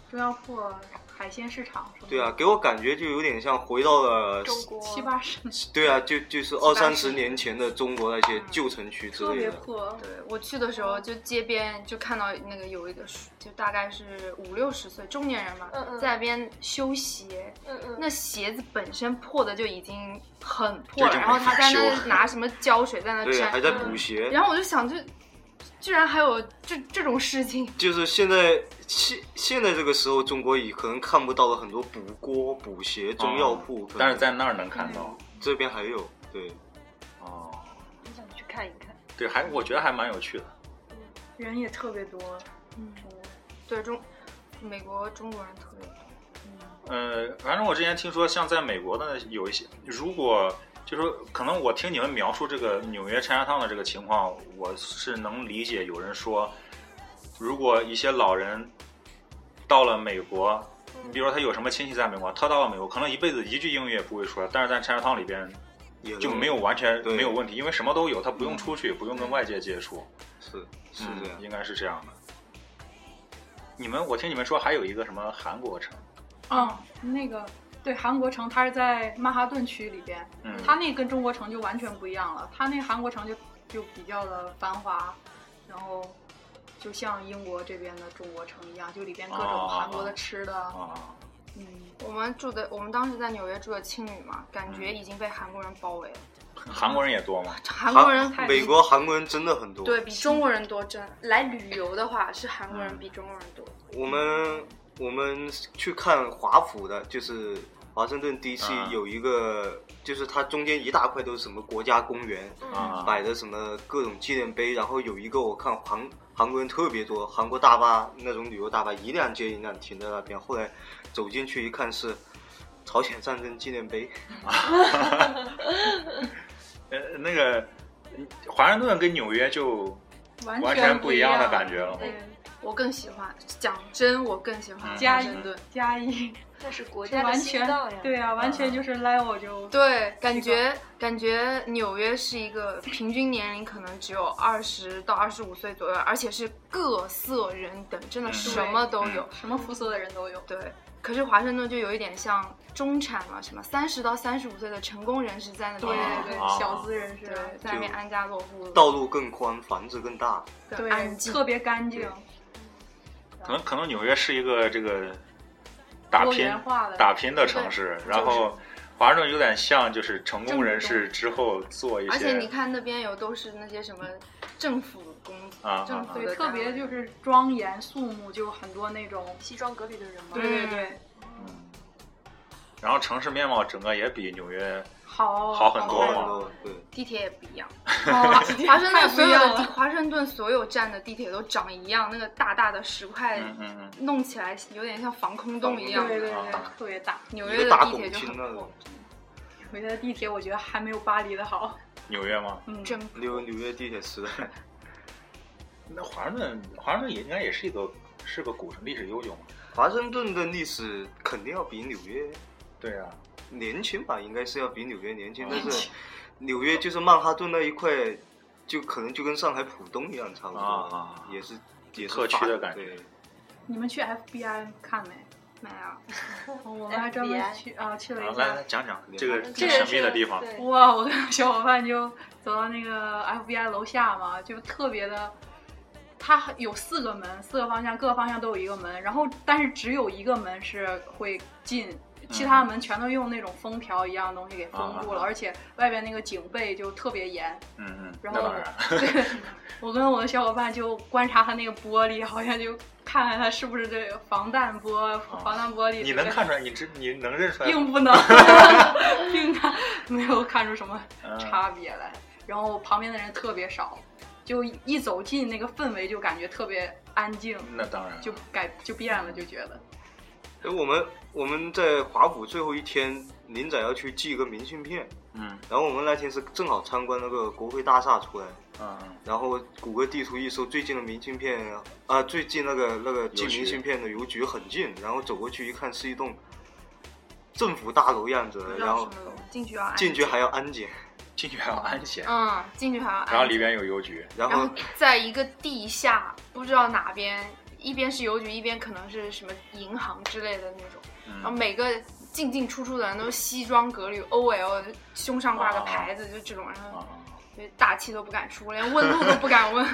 Speaker 4: 中药铺、啊海鲜市场什么的。
Speaker 5: 对啊，，给我感觉就有点像回到了
Speaker 2: 中国
Speaker 4: 七八十年
Speaker 5: 对啊，就就是二三十年前的中国那些旧城区啊之
Speaker 4: 特
Speaker 5: 类
Speaker 4: 别
Speaker 5: 的。
Speaker 4: 破，
Speaker 6: 对我去的时候，就街边就看到那个有一个叔，就大概是五六十岁中年人嘛，
Speaker 2: 嗯嗯
Speaker 6: 在那边修鞋。
Speaker 2: 嗯嗯，
Speaker 6: 那鞋子本身破的就已经很破了，
Speaker 3: 就已经没
Speaker 6: 然后他在
Speaker 3: 法修
Speaker 6: 那
Speaker 3: 了
Speaker 6: 拿什么胶水在那
Speaker 5: 对，啊还
Speaker 6: 粘，
Speaker 5: 在
Speaker 4: 嗯
Speaker 5: 补鞋。
Speaker 6: 然后我就想，就居然还有这这种事情，
Speaker 5: 就是现在现现在这个时候，中国已可能看不到了很多补锅、补鞋、中药铺，可能
Speaker 3: 但是哦在那儿能看到。
Speaker 5: 这边还有。对，
Speaker 3: 哦，
Speaker 2: 很想去看一看。
Speaker 3: 对，还我觉得还蛮有趣的。
Speaker 4: 人也特别多。
Speaker 6: 对中美国中国人特别多，
Speaker 3: 呃，反正我之前听说，像在美国的有一些，如果就是可能我听你们描述这个纽约拆家烫的这个情况，我是能理解有人说，如果一些老人到了美国，你比如说他有什么亲戚在美国，他到了美国可能一辈子一句英语也不会说，但是在拆家烫里边
Speaker 5: 也
Speaker 3: 就
Speaker 5: 能
Speaker 3: 没有完全
Speaker 5: 对
Speaker 3: 没有问题，因为什么都有，他不用出去，不用跟外界接触，
Speaker 5: 是是
Speaker 3: 嗯
Speaker 5: 这样，
Speaker 3: 应该是这样的。你们，我听你们说还有一个什么韩国城，
Speaker 4: 嗯，那个对韩国城，它是在曼哈顿区里边，
Speaker 3: 嗯，
Speaker 4: 它那跟中国城就完全不一样了。它那韩国城就就比较的繁华，然后就像英国这边的中国城一样，就里边各
Speaker 3: 哦
Speaker 4: 种韩国的吃的，
Speaker 3: 啊，
Speaker 4: 嗯，
Speaker 6: 我们住的，我们当时在纽约住的青旅嘛，感觉已经被韩国人包围了。
Speaker 3: 韩国人也多吗？
Speaker 6: 韩国人
Speaker 4: 太
Speaker 5: 美国韩国人真的很多。
Speaker 7: 对比中国人多，真来旅游的话是韩国人比中国人多。
Speaker 5: 我们我们去看华府的，就是华盛顿 DC
Speaker 3: 啊
Speaker 5: 有一个，就是它中间一大块都是什么国家公园，
Speaker 3: 啊，
Speaker 5: 摆的什么各种纪念碑，然后有一个我看韩韩国人特别多，韩国大巴那种旅游大巴一辆接一辆停在那边，后来走进去一看是朝鲜战争纪念碑，
Speaker 3: 呃，那个嗯华盛顿跟纽约就
Speaker 4: 完
Speaker 3: 完
Speaker 4: 全
Speaker 3: 全不
Speaker 4: 一
Speaker 3: 一样的感觉了。哦
Speaker 4: 对，
Speaker 7: 我更喜欢，讲真，我更喜欢
Speaker 3: 嗯
Speaker 4: 加
Speaker 7: 华
Speaker 4: 一
Speaker 7: 盛顿。
Speaker 4: 加一，
Speaker 2: 那是国
Speaker 4: 就
Speaker 2: 家的
Speaker 4: 完
Speaker 2: 心
Speaker 4: 全
Speaker 2: 脏呀。
Speaker 4: 对啊，完全就是 level 就
Speaker 6: 对，感觉感觉纽约是一个平均年龄可能只有二十到二十五岁左右，而且是各色人等，真的
Speaker 3: 嗯
Speaker 6: 什么都有。
Speaker 4: 什么肤色的人都有。
Speaker 6: 对，可是华盛顿就有一点像中产嘛，什么三十到三十五岁的成功人士在那
Speaker 4: 对
Speaker 6: 边，
Speaker 4: 对
Speaker 3: 啊
Speaker 4: 对，小资人士，
Speaker 6: 对，在那边安家落户，
Speaker 5: 道路更宽，房子更大，
Speaker 6: 更安
Speaker 4: 对，
Speaker 6: 静，
Speaker 4: 特别干净，
Speaker 3: 可能可能纽约是一个这个打
Speaker 4: 多
Speaker 3: 拼
Speaker 4: 元化的
Speaker 3: 打拼的城市，然后华盛顿有点像就是成功人
Speaker 4: 正
Speaker 3: 士之后做一
Speaker 6: 而且你
Speaker 3: 些
Speaker 6: 看那边有都是那些什么政府工作，
Speaker 3: 啊
Speaker 6: 政
Speaker 3: 啊
Speaker 6: 府
Speaker 3: 啊
Speaker 6: 的
Speaker 4: 对，特
Speaker 6: 单
Speaker 4: 别
Speaker 6: 位
Speaker 4: 就是庄严肃穆，就很多那种，
Speaker 6: 嗯
Speaker 2: 西装革履的人嘛。
Speaker 4: 对对对，
Speaker 3: 嗯然后城市面貌整个也比纽约
Speaker 4: 好
Speaker 3: 好很多
Speaker 5: 高
Speaker 3: 了
Speaker 5: 很多，啊对，
Speaker 6: 地铁也不 一样。
Speaker 4: 好
Speaker 6: 华盛
Speaker 4: 太
Speaker 6: 顿
Speaker 4: 不
Speaker 6: 所
Speaker 4: 一
Speaker 6: 有
Speaker 4: 样啊
Speaker 6: 的地
Speaker 4: 了，
Speaker 6: 华盛顿所有站的地铁都长一样，那个大大的石块
Speaker 3: 嗯嗯嗯，
Speaker 6: 弄起来有点像防空洞一
Speaker 4: 对
Speaker 6: 样。
Speaker 4: 对对
Speaker 5: 啊，
Speaker 4: 特别大。
Speaker 6: 纽
Speaker 5: 一
Speaker 6: 约
Speaker 5: 个
Speaker 6: 的
Speaker 5: 大
Speaker 6: 地
Speaker 5: 拱
Speaker 6: 铁就
Speaker 5: 厅
Speaker 6: 很
Speaker 5: 那
Speaker 6: 破
Speaker 5: 种，，
Speaker 4: 纽约的地铁我觉得还没有巴黎的好，
Speaker 3: 纽约吗？
Speaker 4: 嗯，
Speaker 6: 真
Speaker 5: 纽纽约地铁时代，
Speaker 3: 那华盛顿华盛顿也应该也是一个是个古城，历史悠久嘛。
Speaker 5: 华盛顿的历史肯定要比纽约
Speaker 3: 对啊，
Speaker 5: 年轻吧，应该是要比纽约年轻，
Speaker 3: 年
Speaker 5: 但
Speaker 3: 轻
Speaker 5: 是纽约就是曼哈顿那一块，就可能就跟上海浦东一样差不多，
Speaker 3: 啊
Speaker 5: 也是也是
Speaker 3: 特区
Speaker 5: 发
Speaker 3: 的感觉
Speaker 5: 对
Speaker 4: 你们去 FBI 看没？
Speaker 6: 没有，
Speaker 4: 我们还专门
Speaker 2: FBI
Speaker 4: 去啊去了
Speaker 3: 啊
Speaker 4: 一
Speaker 3: 来
Speaker 4: 下
Speaker 3: 来。讲讲这个
Speaker 2: 这
Speaker 3: 嗯挺
Speaker 2: 个
Speaker 3: 神
Speaker 2: 是
Speaker 3: 秘的地方，
Speaker 2: 对
Speaker 4: 哇！我跟小伙伴就走到那个 FBI 楼下嘛，就特别的，它有四个门，四个方向，各个方向都有一个门，然后但是只有一个门是会进，其他的门全都用那种封条一样的东西给封住
Speaker 3: 嗯啊
Speaker 4: 了，
Speaker 3: 啊啊
Speaker 4: 而且外边那个警备就特别 严。
Speaker 3: 嗯嗯，那
Speaker 4: 然后
Speaker 3: 当然。
Speaker 4: 对，我跟我的小伙伴就观察他那个玻璃，好像就看看他是不是这个防弹玻防弹玻璃。
Speaker 3: 哦你能看出来，你知你能认出来吗
Speaker 4: 并不能， 并看没有看出什么
Speaker 3: 嗯
Speaker 4: 差别来。然后旁边的人特别少，就一走近那个氛围就感觉特别安静，
Speaker 3: 那当然了，
Speaker 4: 就改就变了，就觉得
Speaker 5: 哎，我们我们在华府最后一天，林仔要去寄一个明信片，
Speaker 3: 嗯
Speaker 5: 然后我们那天是正好参观那个国会大厦出来，
Speaker 3: 嗯嗯
Speaker 5: 然后谷歌地图一搜，最近的明信片啊、最近那个那个寄
Speaker 3: 局
Speaker 5: 明信片的邮局很近，然后走过去一看是一栋政府大楼样子，然后
Speaker 6: 进去要安
Speaker 5: 进去还要安检，
Speaker 3: 进去还要安检，
Speaker 6: 嗯，进去还要安。
Speaker 3: 然后里边有邮局，
Speaker 4: 嗯
Speaker 5: 然
Speaker 6: 然
Speaker 5: 后
Speaker 6: 后在一个地下，不知道哪边，一边是邮局，一边可能是什么银行之类的那种。然
Speaker 4: 啊
Speaker 6: 后
Speaker 3: 嗯，
Speaker 6: 每个进进出出的人都西装革履，OL 胸上挂个牌子，就这种，然后
Speaker 3: 啊，
Speaker 6: 就大气都不敢出，连问路都不敢问。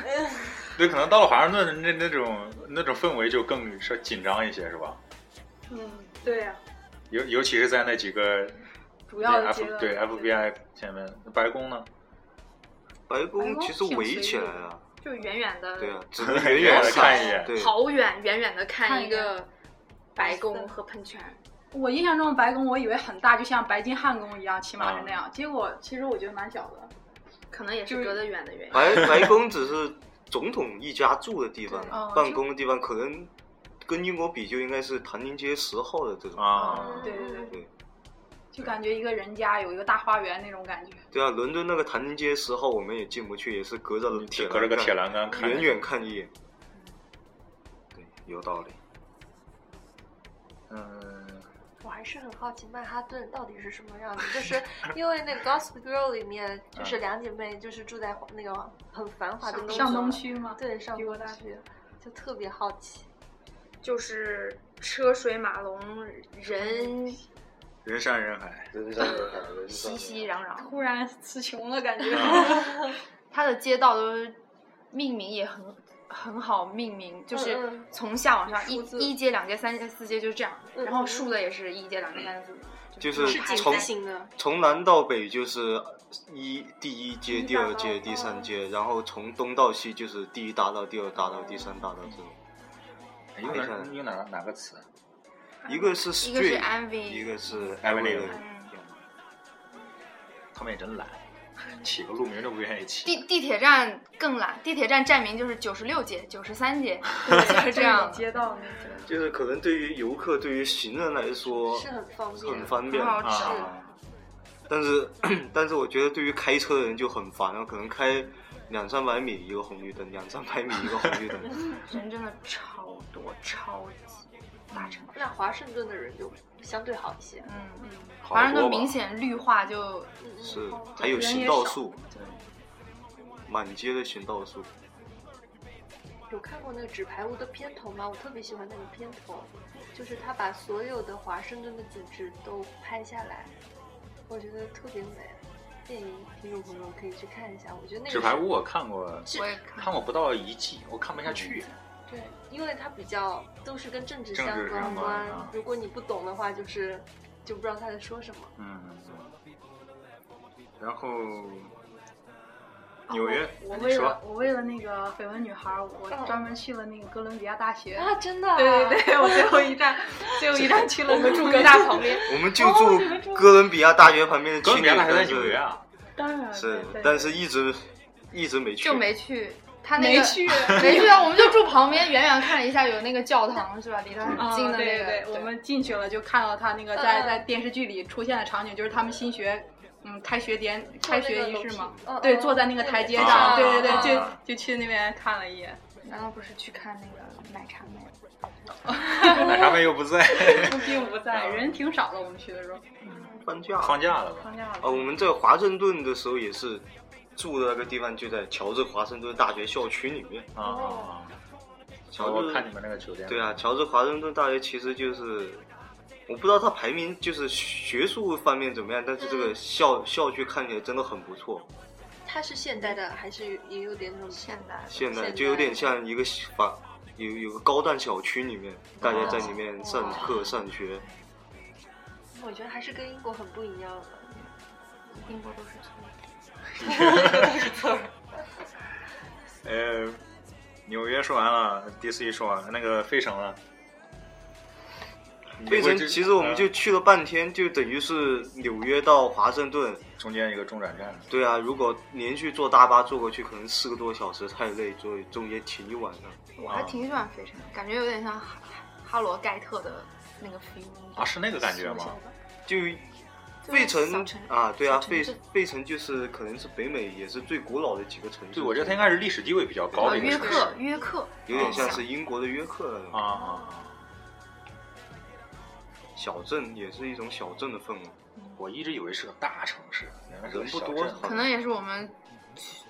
Speaker 3: 对，可能到了华盛顿，那那种那种氛围就更是紧张一些，是吧？
Speaker 4: 嗯，对呀、
Speaker 3: 尤尤其是在那几个
Speaker 4: 主要的
Speaker 3: F
Speaker 4: 阶段
Speaker 3: 对 FBI 前面，白宫 呢，
Speaker 5: 白
Speaker 4: 白
Speaker 5: 宫
Speaker 4: 宫
Speaker 5: 其实
Speaker 4: 挺
Speaker 5: 围
Speaker 4: 随
Speaker 5: 起
Speaker 4: 意
Speaker 5: 来
Speaker 4: 的呃
Speaker 5: 了，
Speaker 7: 就远远的，
Speaker 5: 对啊，只能远
Speaker 3: 远
Speaker 5: 远
Speaker 3: 远
Speaker 5: 地
Speaker 3: 的看一眼，
Speaker 5: 对，
Speaker 7: 好远远远的
Speaker 4: 看
Speaker 7: 看
Speaker 4: 一
Speaker 7: 一个白宫和喷泉，
Speaker 4: 我印象中白宫，我以为很大，就像白金汉宫一样，起码是那样。结果其实我觉得蛮小的。
Speaker 7: 可能也
Speaker 4: 就是是
Speaker 7: 隔得远的原因。
Speaker 5: 白白宫只是总统一家住的地 方
Speaker 4: 对
Speaker 6: 哦，
Speaker 5: 办公的地方可能跟英国比就应该是唐宁街十号的这种。
Speaker 2: 嗯
Speaker 3: 啊，
Speaker 4: 对对对，
Speaker 5: 对，
Speaker 4: 就感觉一个人家有一个大花园那种感觉。
Speaker 5: 对啊，伦敦那个唐宁街十号我们也进不去，也是隔着铁
Speaker 3: 嗯隔着个铁栏杆
Speaker 5: 杆，
Speaker 3: 看，
Speaker 5: 远远看一眼。对，有道理。
Speaker 3: 嗯，
Speaker 2: 我还是很好奇曼哈顿到底是什么样子，就是因为那个《Gossip Girl》里面，
Speaker 3: 嗯
Speaker 2: 就是两姐妹就是住在那个很繁华的东
Speaker 4: 上东
Speaker 2: 区，
Speaker 4: 区吗？
Speaker 2: 对上
Speaker 4: 帝国
Speaker 2: 东
Speaker 4: 大
Speaker 2: 区，就特别好奇。
Speaker 7: 就是车水马龙，人
Speaker 3: 人山人海，
Speaker 5: 人山人海，嗯人山
Speaker 6: 熙
Speaker 5: 人
Speaker 6: 熙攘攘，
Speaker 4: 突然词穷了感觉。
Speaker 3: 嗯
Speaker 6: 它的街道都是命名也很很好命名，就是
Speaker 2: 嗯
Speaker 6: 从下往上一
Speaker 2: 数字
Speaker 6: 一街、两街、三街、四街就是这样，
Speaker 2: 嗯
Speaker 6: 然后
Speaker 2: 嗯
Speaker 6: 竖的也是一街、两街、三街、四街，
Speaker 5: 就是
Speaker 2: 是
Speaker 5: 从
Speaker 2: 井字形的，
Speaker 5: 从南到北就是一第一街、
Speaker 2: 一
Speaker 5: 第二
Speaker 2: 大道
Speaker 5: 街、第三街，然后从东到西就是第一大道、第二大道、第三大道这种。
Speaker 3: 哎有哪有哪哪个词？
Speaker 5: 一个是
Speaker 6: 一个是
Speaker 5: street，一
Speaker 6: MV，
Speaker 5: 个是
Speaker 3: Avenue
Speaker 6: 嗯
Speaker 3: 他们也真懒，起个路名都不愿意起。
Speaker 6: 地地铁站更懒，地铁站站名就是九十六街、九十 三街，就是这样。
Speaker 4: 街道那种。
Speaker 5: 就是可能对于游客、对于行人来说
Speaker 2: 是很方便，
Speaker 5: 很方便
Speaker 6: 很好
Speaker 5: 啊，但是 但是我觉得对于开车的人就很烦了，可能开两三百米一个红绿灯，两三百米一个红绿灯。
Speaker 6: 人真的超多，超级大城市。
Speaker 2: 那华盛顿的人就相对好一些。
Speaker 6: 嗯，
Speaker 3: 好
Speaker 6: 华盛
Speaker 3: 多
Speaker 6: 顿
Speaker 3: 吧
Speaker 6: 明显绿化就
Speaker 2: 嗯嗯，
Speaker 5: 是，还有行道树，满街的行道树。
Speaker 2: 有看过那个《纸牌屋》的片头吗？我特别喜欢那个片头，就是他把所有的华盛顿的景致都拍下来，我觉得特别美。建议听众朋友可以去看一下，我觉得那个
Speaker 3: 纸牌
Speaker 2: 是
Speaker 3: 屋我看过，
Speaker 6: 我也看
Speaker 3: 看过不到一季，我看不下去。
Speaker 2: 对，因为它比较都是跟政治
Speaker 3: 政
Speaker 2: 相
Speaker 3: 治相
Speaker 2: 关
Speaker 3: 关啊
Speaker 2: 如果你不懂的话，就是就不知道他在说什么。
Speaker 3: 嗯，嗯然后纽约，
Speaker 4: 我
Speaker 3: 你
Speaker 4: 为
Speaker 3: 说
Speaker 4: 了我为了那个绯闻女孩儿，我专门去了那个哥伦比亚大学。
Speaker 2: 啊，真的、啊？
Speaker 4: 对对 对，我最后一站，最后一站去了我们
Speaker 6: 住哥大旁边，
Speaker 5: 我们就住哥伦比亚大学旁边的
Speaker 3: 哥
Speaker 5: 青
Speaker 3: 伦
Speaker 5: 旅，
Speaker 3: 比亚大学在
Speaker 5: 但
Speaker 3: 纽约
Speaker 5: 是
Speaker 3: 啊，
Speaker 4: 当然
Speaker 5: 是
Speaker 4: 对，
Speaker 5: 但
Speaker 4: 对
Speaker 5: 是一直一直没去，
Speaker 6: 就没去。他那
Speaker 4: 没
Speaker 6: 个
Speaker 4: 去。
Speaker 6: 没去啊，我们就住旁边，远远看了一下有那个教堂是吧？离他很
Speaker 4: 啊，
Speaker 6: 近的那
Speaker 4: 对
Speaker 6: 个。
Speaker 4: 对，我们进去了就看到他那个
Speaker 2: 嗯
Speaker 4: 在
Speaker 2: 嗯
Speaker 4: 在电视剧里出现的场景，就是他们新学，嗯，开学典
Speaker 2: 坐那
Speaker 4: 开
Speaker 2: 个
Speaker 4: 学仪式嘛
Speaker 2: 楼梯嗯，
Speaker 4: 哦对，
Speaker 2: 嗯
Speaker 4: 坐在那个台阶
Speaker 3: 啊
Speaker 4: 上，对对对，就
Speaker 3: 啊
Speaker 4: 就去那边看了一 眼。
Speaker 6: 难道不是去看那个奶茶妹？
Speaker 3: 奶茶妹又不在，
Speaker 4: 并不在，人挺少的。我们去的时候
Speaker 5: 放假。
Speaker 3: 放假了吧？
Speaker 4: 放假
Speaker 5: 啊，
Speaker 4: 了，
Speaker 5: 我们在华盛顿的时候也是住的那个地方就在乔治华盛顿大学校区里面。
Speaker 3: 啊啊啊！
Speaker 5: 乔
Speaker 3: 我
Speaker 5: 治
Speaker 3: 看你们那个酒店，
Speaker 5: 对啊，，乔治华盛顿大学其实就是，我不知道它排名就是学术方面怎么样，但是这个校校区看起来真的很不错。
Speaker 2: 它是现代的，还是也有点那种
Speaker 6: 现代的
Speaker 5: 现在
Speaker 2: 现
Speaker 5: 就有点
Speaker 2: 代
Speaker 5: 像一个小房，有有个高档小区里面，大家在里面上
Speaker 6: 啊
Speaker 5: 课上学。
Speaker 2: 我觉得还是跟英国很不一样的。
Speaker 6: 英国都是这样
Speaker 3: 呃，纽约说完了，DC 说完了，那个费城了。
Speaker 5: 费城
Speaker 3: 你会
Speaker 5: 其实我们就
Speaker 3: 呃
Speaker 5: 去了半天，就等于是纽约到华盛顿。
Speaker 3: 中间一个中转站，
Speaker 5: 对啊，如果连续坐大巴坐过去，可能四个多小时太累，所以中间停一晚上。
Speaker 6: 我还挺喜欢费城，感觉有点像哈哈罗盖特的那个 feel
Speaker 3: 啊，是那个感觉
Speaker 6: 缩小
Speaker 3: 吗？
Speaker 6: 的
Speaker 5: 就
Speaker 6: 就是
Speaker 5: 费
Speaker 6: 小
Speaker 5: 城
Speaker 6: 城
Speaker 5: 啊，对啊，
Speaker 6: 小城
Speaker 5: 费
Speaker 6: 镇
Speaker 5: 费城就是可能是北美也是最古老的几个城市。
Speaker 3: 对，我觉得它应该是历史地位比较高
Speaker 6: 啊
Speaker 3: 的一个
Speaker 6: 约
Speaker 3: 城市
Speaker 6: 克，约克哦
Speaker 5: 有点像是英国的约克那
Speaker 3: 啊
Speaker 5: 种
Speaker 3: 啊啊！
Speaker 5: 小镇，也是一种小镇的氛围。
Speaker 3: 我一直以为是个大城市，原来是个
Speaker 5: 人不
Speaker 3: 小
Speaker 5: 多
Speaker 3: 镇
Speaker 5: 可
Speaker 6: 可能也是我们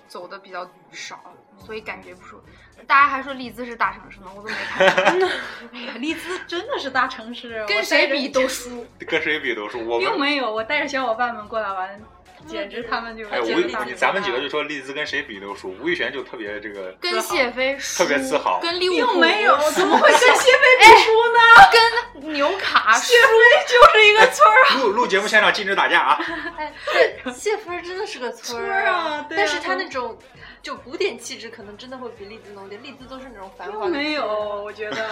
Speaker 6: 走的比较少，所以感觉不出。大家还说利兹是大城市呢，我都没看出来。
Speaker 4: 哎呀，利兹真的是大城市，
Speaker 6: 跟
Speaker 4: 我
Speaker 6: 谁
Speaker 4: 带着
Speaker 6: 比都输。
Speaker 3: 跟谁比都是我
Speaker 4: 并
Speaker 3: 们。
Speaker 4: 没有。我带着小伙伴们过来玩，简直他们就
Speaker 3: 哎，
Speaker 4: 简
Speaker 3: 吴
Speaker 4: 直打不
Speaker 3: 你
Speaker 4: 过
Speaker 3: 咱们几个就说利兹跟谁比都输，吴宇璇就特别这个
Speaker 6: 跟谢菲输，
Speaker 3: 特别自豪
Speaker 6: 跟利物浦
Speaker 4: 并没有， 怎么会跟谢菲比输呢？
Speaker 6: 跟纽 卡输
Speaker 4: 谢，菲就是一个村儿
Speaker 3: 录录节目现场禁止打架啊！
Speaker 2: 哎，对，谢菲儿真的是个村儿
Speaker 4: 村儿啊对啊
Speaker 2: 但是他那种就古典气质，可能真的会比利兹浓点。利兹都是那种繁华
Speaker 4: 并
Speaker 2: 的，
Speaker 4: 没有，我觉得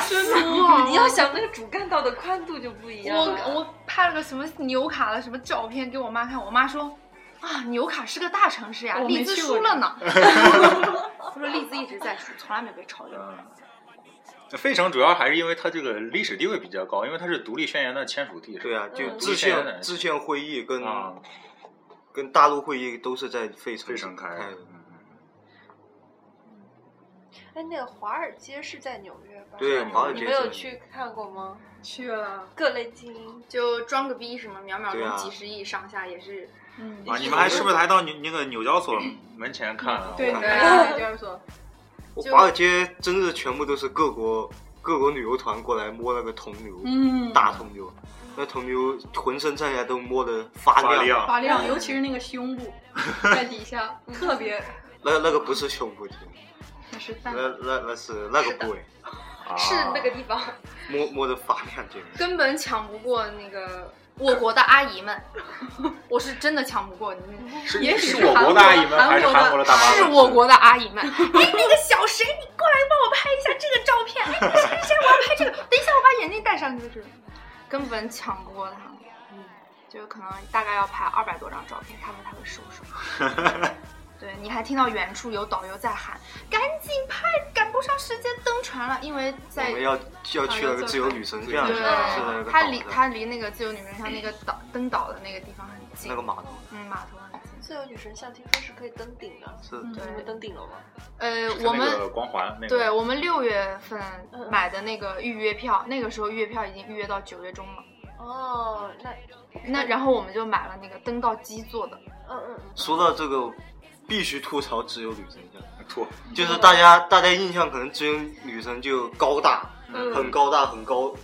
Speaker 2: 你要想那个主干道的宽度就不一样
Speaker 6: 我
Speaker 2: 了。
Speaker 6: 我拍了个什么纽卡的什么照片给我妈看，我妈说啊，纽卡是个大城市呀，
Speaker 4: 我没
Speaker 6: 利兹
Speaker 4: 去 过
Speaker 6: 输了呢。我说利兹一直在输，从来没被超越。
Speaker 3: 嗯，费城主要还是因为它这个历史地位比较高，因为它是独立宣言的签署地。
Speaker 5: 对啊，就
Speaker 3: 嗯
Speaker 5: 制
Speaker 3: 嗯
Speaker 5: 宪制宪会议跟
Speaker 3: 啊，
Speaker 5: 跟大陆会议都是在费城
Speaker 3: 费城开
Speaker 5: 的
Speaker 3: 的。。嗯
Speaker 2: 哎，那个华尔街是在纽约吧？
Speaker 5: 对，华尔
Speaker 2: 你
Speaker 5: 街
Speaker 2: 们有
Speaker 5: 是
Speaker 2: 去看过吗？
Speaker 4: 去了，
Speaker 2: 各类精英，
Speaker 7: 就装个逼什么，秒秒
Speaker 5: 对
Speaker 7: 钟
Speaker 5: 啊
Speaker 7: 几十亿上下也是。
Speaker 4: 嗯，
Speaker 3: 啊，你们还是不是还到纽那个纽交所门前看了？啊
Speaker 4: 对，
Speaker 3: 我
Speaker 4: 你
Speaker 3: 看
Speaker 4: 在
Speaker 6: 啊
Speaker 4: 那边说，
Speaker 7: 就
Speaker 5: 华尔街真是全部都是各国各国旅游团过来摸那个铜牛，
Speaker 4: 嗯，
Speaker 5: 大铜牛，那铜牛浑身上下都摸得发
Speaker 3: 发
Speaker 5: 亮，
Speaker 3: 亮，
Speaker 4: 发亮，尤其是那个胸 部在底下，特别
Speaker 5: 那那个不是胸部肌，
Speaker 4: 那是蛋
Speaker 5: 那。那那是那个鬼，
Speaker 3: 啊
Speaker 7: 是那个地方，
Speaker 5: 摸摸得发亮简直。
Speaker 7: 根本抢不过那个。
Speaker 6: 我国的阿姨们，我是真的抢不过你们。
Speaker 3: 是
Speaker 4: 也许
Speaker 3: 是
Speaker 4: 是
Speaker 3: 我
Speaker 4: 韩
Speaker 3: 国
Speaker 4: 国
Speaker 3: 的阿姨们还是韩国的大妈们？
Speaker 6: 是我国的阿姨 们。哎，那个小谁，你过来帮我拍一下这个照片。哎，那个谁谁，我要拍这个。等一下，我把眼镜戴上，就是根本抢不过他们。就可能大概要拍二百多张照片，他们才会收手。 对，你还听到远处有导游在喊：“赶紧拍，赶不上时间登船了。”因为
Speaker 5: 我
Speaker 6: 在
Speaker 5: 们要要去那个自由女神像，是那
Speaker 6: 对，
Speaker 5: 个
Speaker 6: 它
Speaker 5: 岛
Speaker 6: 离
Speaker 5: 上
Speaker 6: 它离那个自由女神像那个岛登岛的那个地方很近，
Speaker 5: 那个码头
Speaker 6: 嗯码头很近。
Speaker 2: 自由女神像听说是可以登顶的，
Speaker 5: 是
Speaker 4: 嗯
Speaker 2: 你
Speaker 6: 对
Speaker 2: 们登顶了吗？
Speaker 6: 呃，
Speaker 3: 是
Speaker 6: 我
Speaker 3: 那
Speaker 6: 们
Speaker 3: 个光环那个
Speaker 6: 对我们六月份
Speaker 2: 嗯
Speaker 6: 买的那个预约票，那个时候预约票已经预约到九月中了。
Speaker 2: 哦，那
Speaker 6: 那然后我们就买了那个登到基座的，
Speaker 2: 嗯嗯嗯，
Speaker 5: 说到这个，必须吐槽自由女神像，
Speaker 3: 吐
Speaker 5: 就是大家大家印象可能自由女神就高大，
Speaker 3: 嗯
Speaker 5: 很高大很高，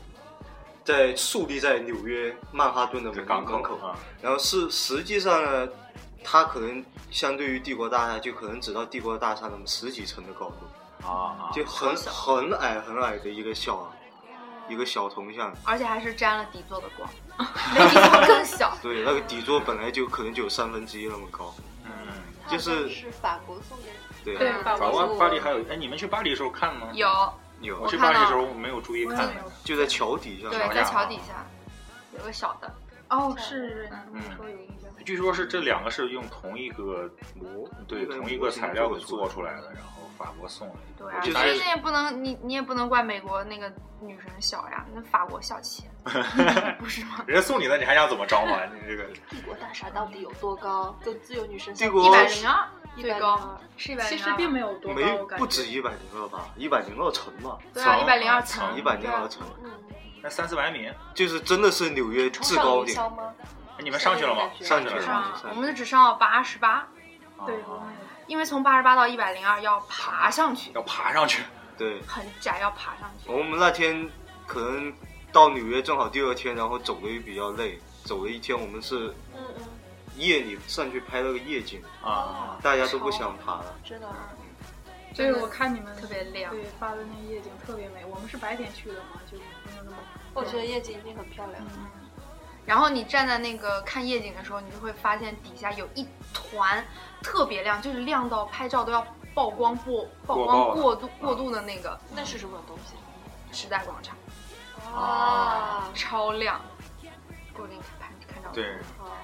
Speaker 5: 在矗立在纽约曼哈顿的
Speaker 3: 这
Speaker 5: 门
Speaker 3: 港
Speaker 5: 门
Speaker 3: 口
Speaker 5: 口，
Speaker 3: 啊，
Speaker 5: 然后是实际上呢，它可能相对于帝国大厦，就可能只到帝国大厦那么十几层的高度，
Speaker 3: 啊啊，
Speaker 5: 就很很矮很矮的一个小一个小铜像。
Speaker 6: 而且还是沾了底座的光， 那底座更小。
Speaker 5: 对，那个底座本来就可能就有三分之一那么高，
Speaker 3: 嗯，
Speaker 2: 它
Speaker 5: 就
Speaker 2: 好像
Speaker 5: 是
Speaker 2: 是法国送给你
Speaker 5: 对，
Speaker 4: 对，法
Speaker 3: 法
Speaker 4: 国
Speaker 3: 国巴黎还有哎，你们去巴黎的时候看吗？
Speaker 6: 有
Speaker 5: 有
Speaker 3: 我去
Speaker 6: 我看
Speaker 3: 巴黎
Speaker 6: 了
Speaker 3: 的时候我没有注意看那个，
Speaker 5: 就在桥底下，
Speaker 6: 对
Speaker 3: 桥，
Speaker 6: 在
Speaker 3: 下
Speaker 6: 桥
Speaker 3: 啊
Speaker 6: 底下有个小的，
Speaker 4: 哦，是，
Speaker 6: 嗯
Speaker 4: 你这么说有印象。
Speaker 3: 据说是这两个是用同一个模，对，
Speaker 5: 对
Speaker 3: 同一个材料给做出来的，然后法国送的。
Speaker 6: 对啊，
Speaker 3: 就
Speaker 6: 所
Speaker 3: 大
Speaker 6: 以
Speaker 3: 家
Speaker 6: 那也不能你你也不能怪美国那个女神小呀，那法国小气，不是吗？
Speaker 3: 人家送你的，你还想怎么着嘛？你 这个
Speaker 2: 帝国大厦到底有多高？就自由女神像
Speaker 5: 帝国
Speaker 6: 一百零二最
Speaker 2: 102
Speaker 6: 高是一百
Speaker 4: 其
Speaker 6: 零
Speaker 4: 实
Speaker 6: 二，
Speaker 4: 并没有多高，
Speaker 5: 没
Speaker 4: 我感觉
Speaker 5: 不止一百零二吧，一百零二层吧，
Speaker 6: 对啊，一
Speaker 3: 层
Speaker 6: 百零二
Speaker 3: 层
Speaker 6: 层，
Speaker 5: 一百零二层，
Speaker 2: 嗯，
Speaker 3: 那三四百米，哎
Speaker 5: 就是真的是纽约
Speaker 2: 崇
Speaker 5: 制
Speaker 2: 尚
Speaker 5: 高
Speaker 2: 营
Speaker 5: 点，
Speaker 2: 销吗？
Speaker 3: 你们上去了吗？
Speaker 5: 上
Speaker 3: 去了
Speaker 5: 去了
Speaker 3: 是
Speaker 6: 是
Speaker 3: 吧？
Speaker 6: 啊，我们就只上了八十八，
Speaker 4: 对，
Speaker 3: 啊
Speaker 4: 我们也是
Speaker 6: 因为从八十八到一百零二要爬上去，
Speaker 3: 要爬上去，
Speaker 5: 对，
Speaker 6: 很窄，要爬上去。
Speaker 3: 哦
Speaker 5: 我们那天可能到纽约正好第二天，然后走的也比较累，走了一天，我们是
Speaker 2: 嗯嗯，
Speaker 5: 夜里上去拍了个夜景，
Speaker 3: 啊，
Speaker 5: 大家都不想爬了，
Speaker 2: 知道了。
Speaker 4: 对，我看你们
Speaker 6: 嗯特别亮
Speaker 4: 对发的那个夜景特别美。我们是白天去的嘛，就没有那么
Speaker 2: 我觉得夜景一定很漂亮。
Speaker 6: 嗯然后你站在那个看夜景的时候，你就会发现底下有一团特别亮，就是亮到拍照都要曝光过曝
Speaker 3: 过
Speaker 6: 光
Speaker 3: 曝了
Speaker 6: 过度过度的那个
Speaker 2: 那是什么东西？
Speaker 6: 时代广场，
Speaker 2: 哦啊，
Speaker 6: 超亮。我给你看看照片，
Speaker 3: 对。
Speaker 2: 好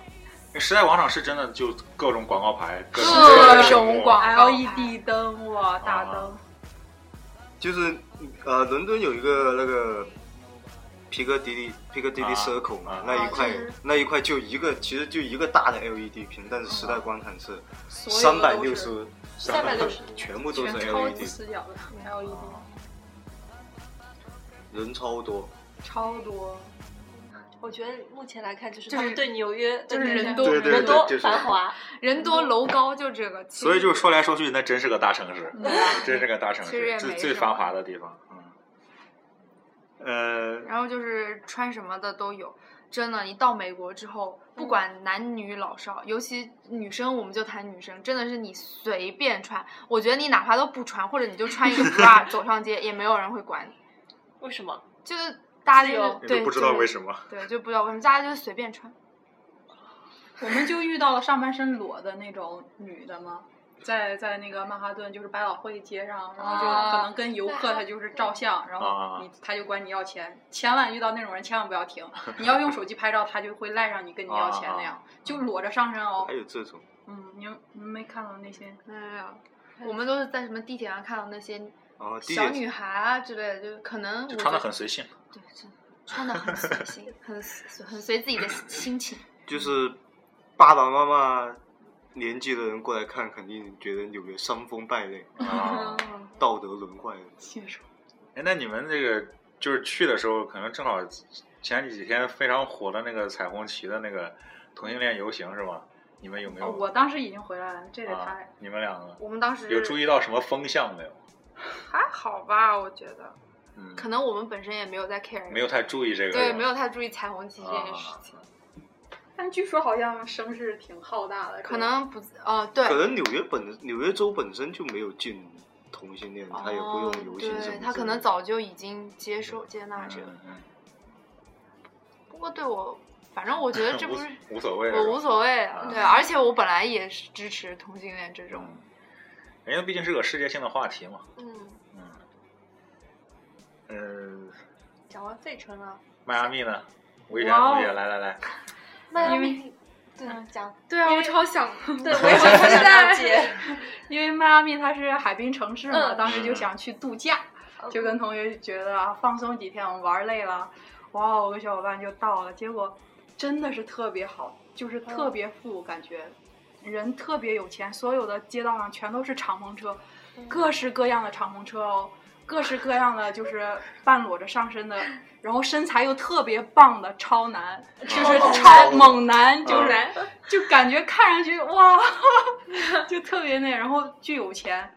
Speaker 3: 那时代广场是真的，就各种广告牌，各种
Speaker 6: 各
Speaker 3: 屏
Speaker 6: 种
Speaker 3: 幕
Speaker 6: 广告牌
Speaker 4: LED E 灯哇，大
Speaker 5: 啊
Speaker 4: 灯，
Speaker 5: 就是呃，伦敦有一个那个皮克迪利皮克迪利
Speaker 3: 啊
Speaker 5: circle 嘛，
Speaker 3: 啊
Speaker 5: 那一块、
Speaker 4: 就是
Speaker 5: 那一块就一个，其实就一个大的 LED 屏，但是时代广场是
Speaker 4: 所有
Speaker 5: 三
Speaker 4: 的
Speaker 5: 百
Speaker 4: 嗯都
Speaker 5: 六
Speaker 4: 是
Speaker 5: 十，
Speaker 2: 360
Speaker 5: 全部都是 E
Speaker 4: 全超
Speaker 3: E
Speaker 5: LED，
Speaker 4: 级死角的 LED，
Speaker 3: 哦
Speaker 5: 人超多。
Speaker 4: 超多。
Speaker 2: 我觉得目前来看，就是
Speaker 6: 就是
Speaker 2: 他们对纽约
Speaker 4: 就是
Speaker 2: 呃
Speaker 4: 人多
Speaker 5: 对对
Speaker 2: 人多
Speaker 5: 对就是
Speaker 2: 繁华，
Speaker 6: 人多楼高，就这个。
Speaker 3: 所以就说来说去，那真是个大城市，真是个大城
Speaker 6: 其实也
Speaker 3: 市，
Speaker 6: 没
Speaker 3: 最
Speaker 6: 什
Speaker 3: 最
Speaker 6: 么
Speaker 3: 繁华的地方。嗯，
Speaker 5: 呃，
Speaker 6: 然后就是穿什么的都有，真的，你到美国之后，
Speaker 4: 嗯
Speaker 6: 不管男女老少，尤其女生，我们就谈女生，真的是你随便穿，我觉得你哪怕都不穿，或者你就穿一 个 bra 走上街，也没有人会管你，
Speaker 2: 为什么？
Speaker 6: 就是大家
Speaker 2: 自由
Speaker 6: 就
Speaker 3: 也
Speaker 6: 对
Speaker 3: 都不知道为什
Speaker 6: 么，
Speaker 3: 么。
Speaker 6: 对，就不知道为什么，大家就随便穿，
Speaker 4: 我们就遇到了上半身裸的那种女的嘛，在在那个曼哈顿就是百老汇街上，然后就
Speaker 6: 啊
Speaker 4: 可能跟游客他就是照相，然
Speaker 3: 啊
Speaker 4: 后你他就管你要钱，千万遇到那种人千万不 要停，你要用手机拍照，他就会赖上你跟你要钱那
Speaker 3: 啊
Speaker 4: 样，就裸着上身哦
Speaker 5: 还。有这种，
Speaker 4: 嗯，你们你们没看到那些？
Speaker 6: 没有，我们都是在什么地铁上看到那些
Speaker 5: 然后地
Speaker 7: 小
Speaker 5: 铁
Speaker 7: 女孩啊之类的，就可能
Speaker 3: 就
Speaker 7: 我
Speaker 3: 穿的
Speaker 7: 觉
Speaker 3: 很随性。
Speaker 6: 对，真的穿的很随性，很随很随自己的心情。
Speaker 5: 就是爸爸妈妈年纪的人过来看，肯定觉得纽约伤风败类，
Speaker 3: 啊，
Speaker 5: 道德沦坏了。
Speaker 4: 信手
Speaker 3: 哎，那你们这个就是去的时候，可能正好前几天非常火的那个彩虹旗的那个同性恋游行是吗？你们有没有？
Speaker 4: 哦，我当时已经回来了，这个
Speaker 3: 啊
Speaker 4: 他，
Speaker 3: 你们两个
Speaker 7: 我们当时
Speaker 3: 有注意到什么风向没有？
Speaker 7: 还好吧，我觉得
Speaker 3: 嗯，
Speaker 7: 可能我们本身也没有在 care，
Speaker 3: 没有太注意这个。
Speaker 7: 对
Speaker 3: 是吧
Speaker 7: 没有太注意彩虹旗这
Speaker 5: 啊
Speaker 7: 件事情，
Speaker 5: 嗯
Speaker 4: 但据说好像声势挺浩大的，
Speaker 7: 可能不哦对
Speaker 5: 可，能纽约本纽约州本身就没有禁同性恋，他也不
Speaker 7: 哦
Speaker 5: 用游行什么之类
Speaker 7: 对
Speaker 5: 的。
Speaker 7: 他可能早就已经接受接纳这个。
Speaker 3: 嗯嗯
Speaker 7: 不过对我，反正我觉
Speaker 6: 呃
Speaker 7: 得这不是
Speaker 3: 嗯无无所谓。
Speaker 7: 我无所谓
Speaker 3: 啊，
Speaker 5: 嗯
Speaker 7: 对，而且我本来也是支持同性恋这种。
Speaker 3: 嗯人家毕竟是个世界性的话题嘛。
Speaker 2: 嗯，
Speaker 3: 嗯。嗯，
Speaker 2: 讲完费城了，
Speaker 3: 迈阿密呢？吴亦
Speaker 4: 哇
Speaker 3: 然
Speaker 4: 哦
Speaker 3: 同学，来来来，
Speaker 2: 迈阿
Speaker 4: 因为
Speaker 2: 密，对，讲，
Speaker 5: 嗯
Speaker 7: 对啊，我超想，
Speaker 2: 对，我也想我也想 了解，
Speaker 4: 因为迈阿密它是海滨城市嘛，
Speaker 2: 嗯
Speaker 4: 当时就想去度假，就跟同学觉得啊放松几天，我们玩累了，哇，哦我跟小伙伴就到了，结果真的是特别好，就是特别富，感觉人特别有钱，所有的街道上全都是敞篷车，各式各样的敞篷车哦。各式各样的，就是半裸着上身的，然后身材又特别棒的超男，就是超猛男，嗯就是就感觉看上去哇， 就特别那，然后巨有钱，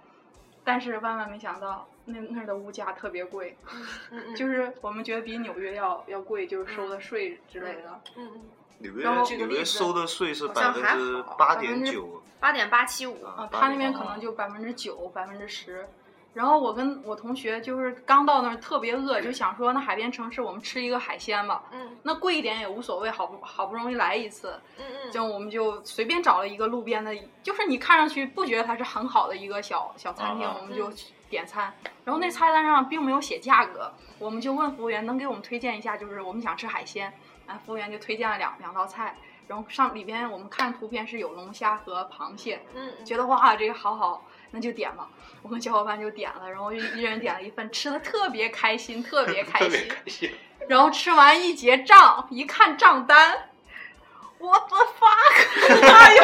Speaker 4: 但是万万没想到那那儿的物价特别贵，
Speaker 2: 嗯嗯，
Speaker 4: 就是我们觉得比纽约要要贵，就是收的税之类的。
Speaker 2: 嗯嗯，
Speaker 5: 纽约
Speaker 4: 然后举
Speaker 2: 个
Speaker 5: 纽
Speaker 2: 例
Speaker 5: 约
Speaker 2: 子
Speaker 5: 收的税是
Speaker 7: 好
Speaker 5: 百
Speaker 7: 像
Speaker 5: 分
Speaker 7: 还
Speaker 5: 之
Speaker 7: 好
Speaker 5: 八
Speaker 7: 百
Speaker 5: 点
Speaker 7: 分之
Speaker 5: 九
Speaker 7: 八点八七
Speaker 6: 哦
Speaker 7: 五，
Speaker 5: 啊
Speaker 4: 啊，，他那边可能就百分之九、百分之十。然后我跟我同学就是刚到那儿特别饿，就想说那海边城市我们吃一个海鲜吧，
Speaker 2: 嗯
Speaker 4: 那贵一点也无所谓，好不好不容易来一次，
Speaker 2: 嗯嗯，
Speaker 4: 就我们就随便找了一个路边的，就是你看上去不觉得它是很好的一个小小餐厅，
Speaker 3: 啊啊
Speaker 4: 我们就去点餐。然后那菜单上并没有写价格，我们就问服务员能给我们推荐一下，就是我们想吃海鲜，啊，服务员就推荐了两两道菜。然后上里边我们看图片是有龙虾和螃蟹，
Speaker 2: 嗯嗯
Speaker 4: 觉得哇这个好好，那就点吧。我跟小伙伴就点了，然后一一人点了一份，吃的特别开心，特 别开
Speaker 3: 特别
Speaker 4: 心。
Speaker 3: 开心。
Speaker 4: 然后吃完一结账，一看账单，我的 fuck！哎 呦，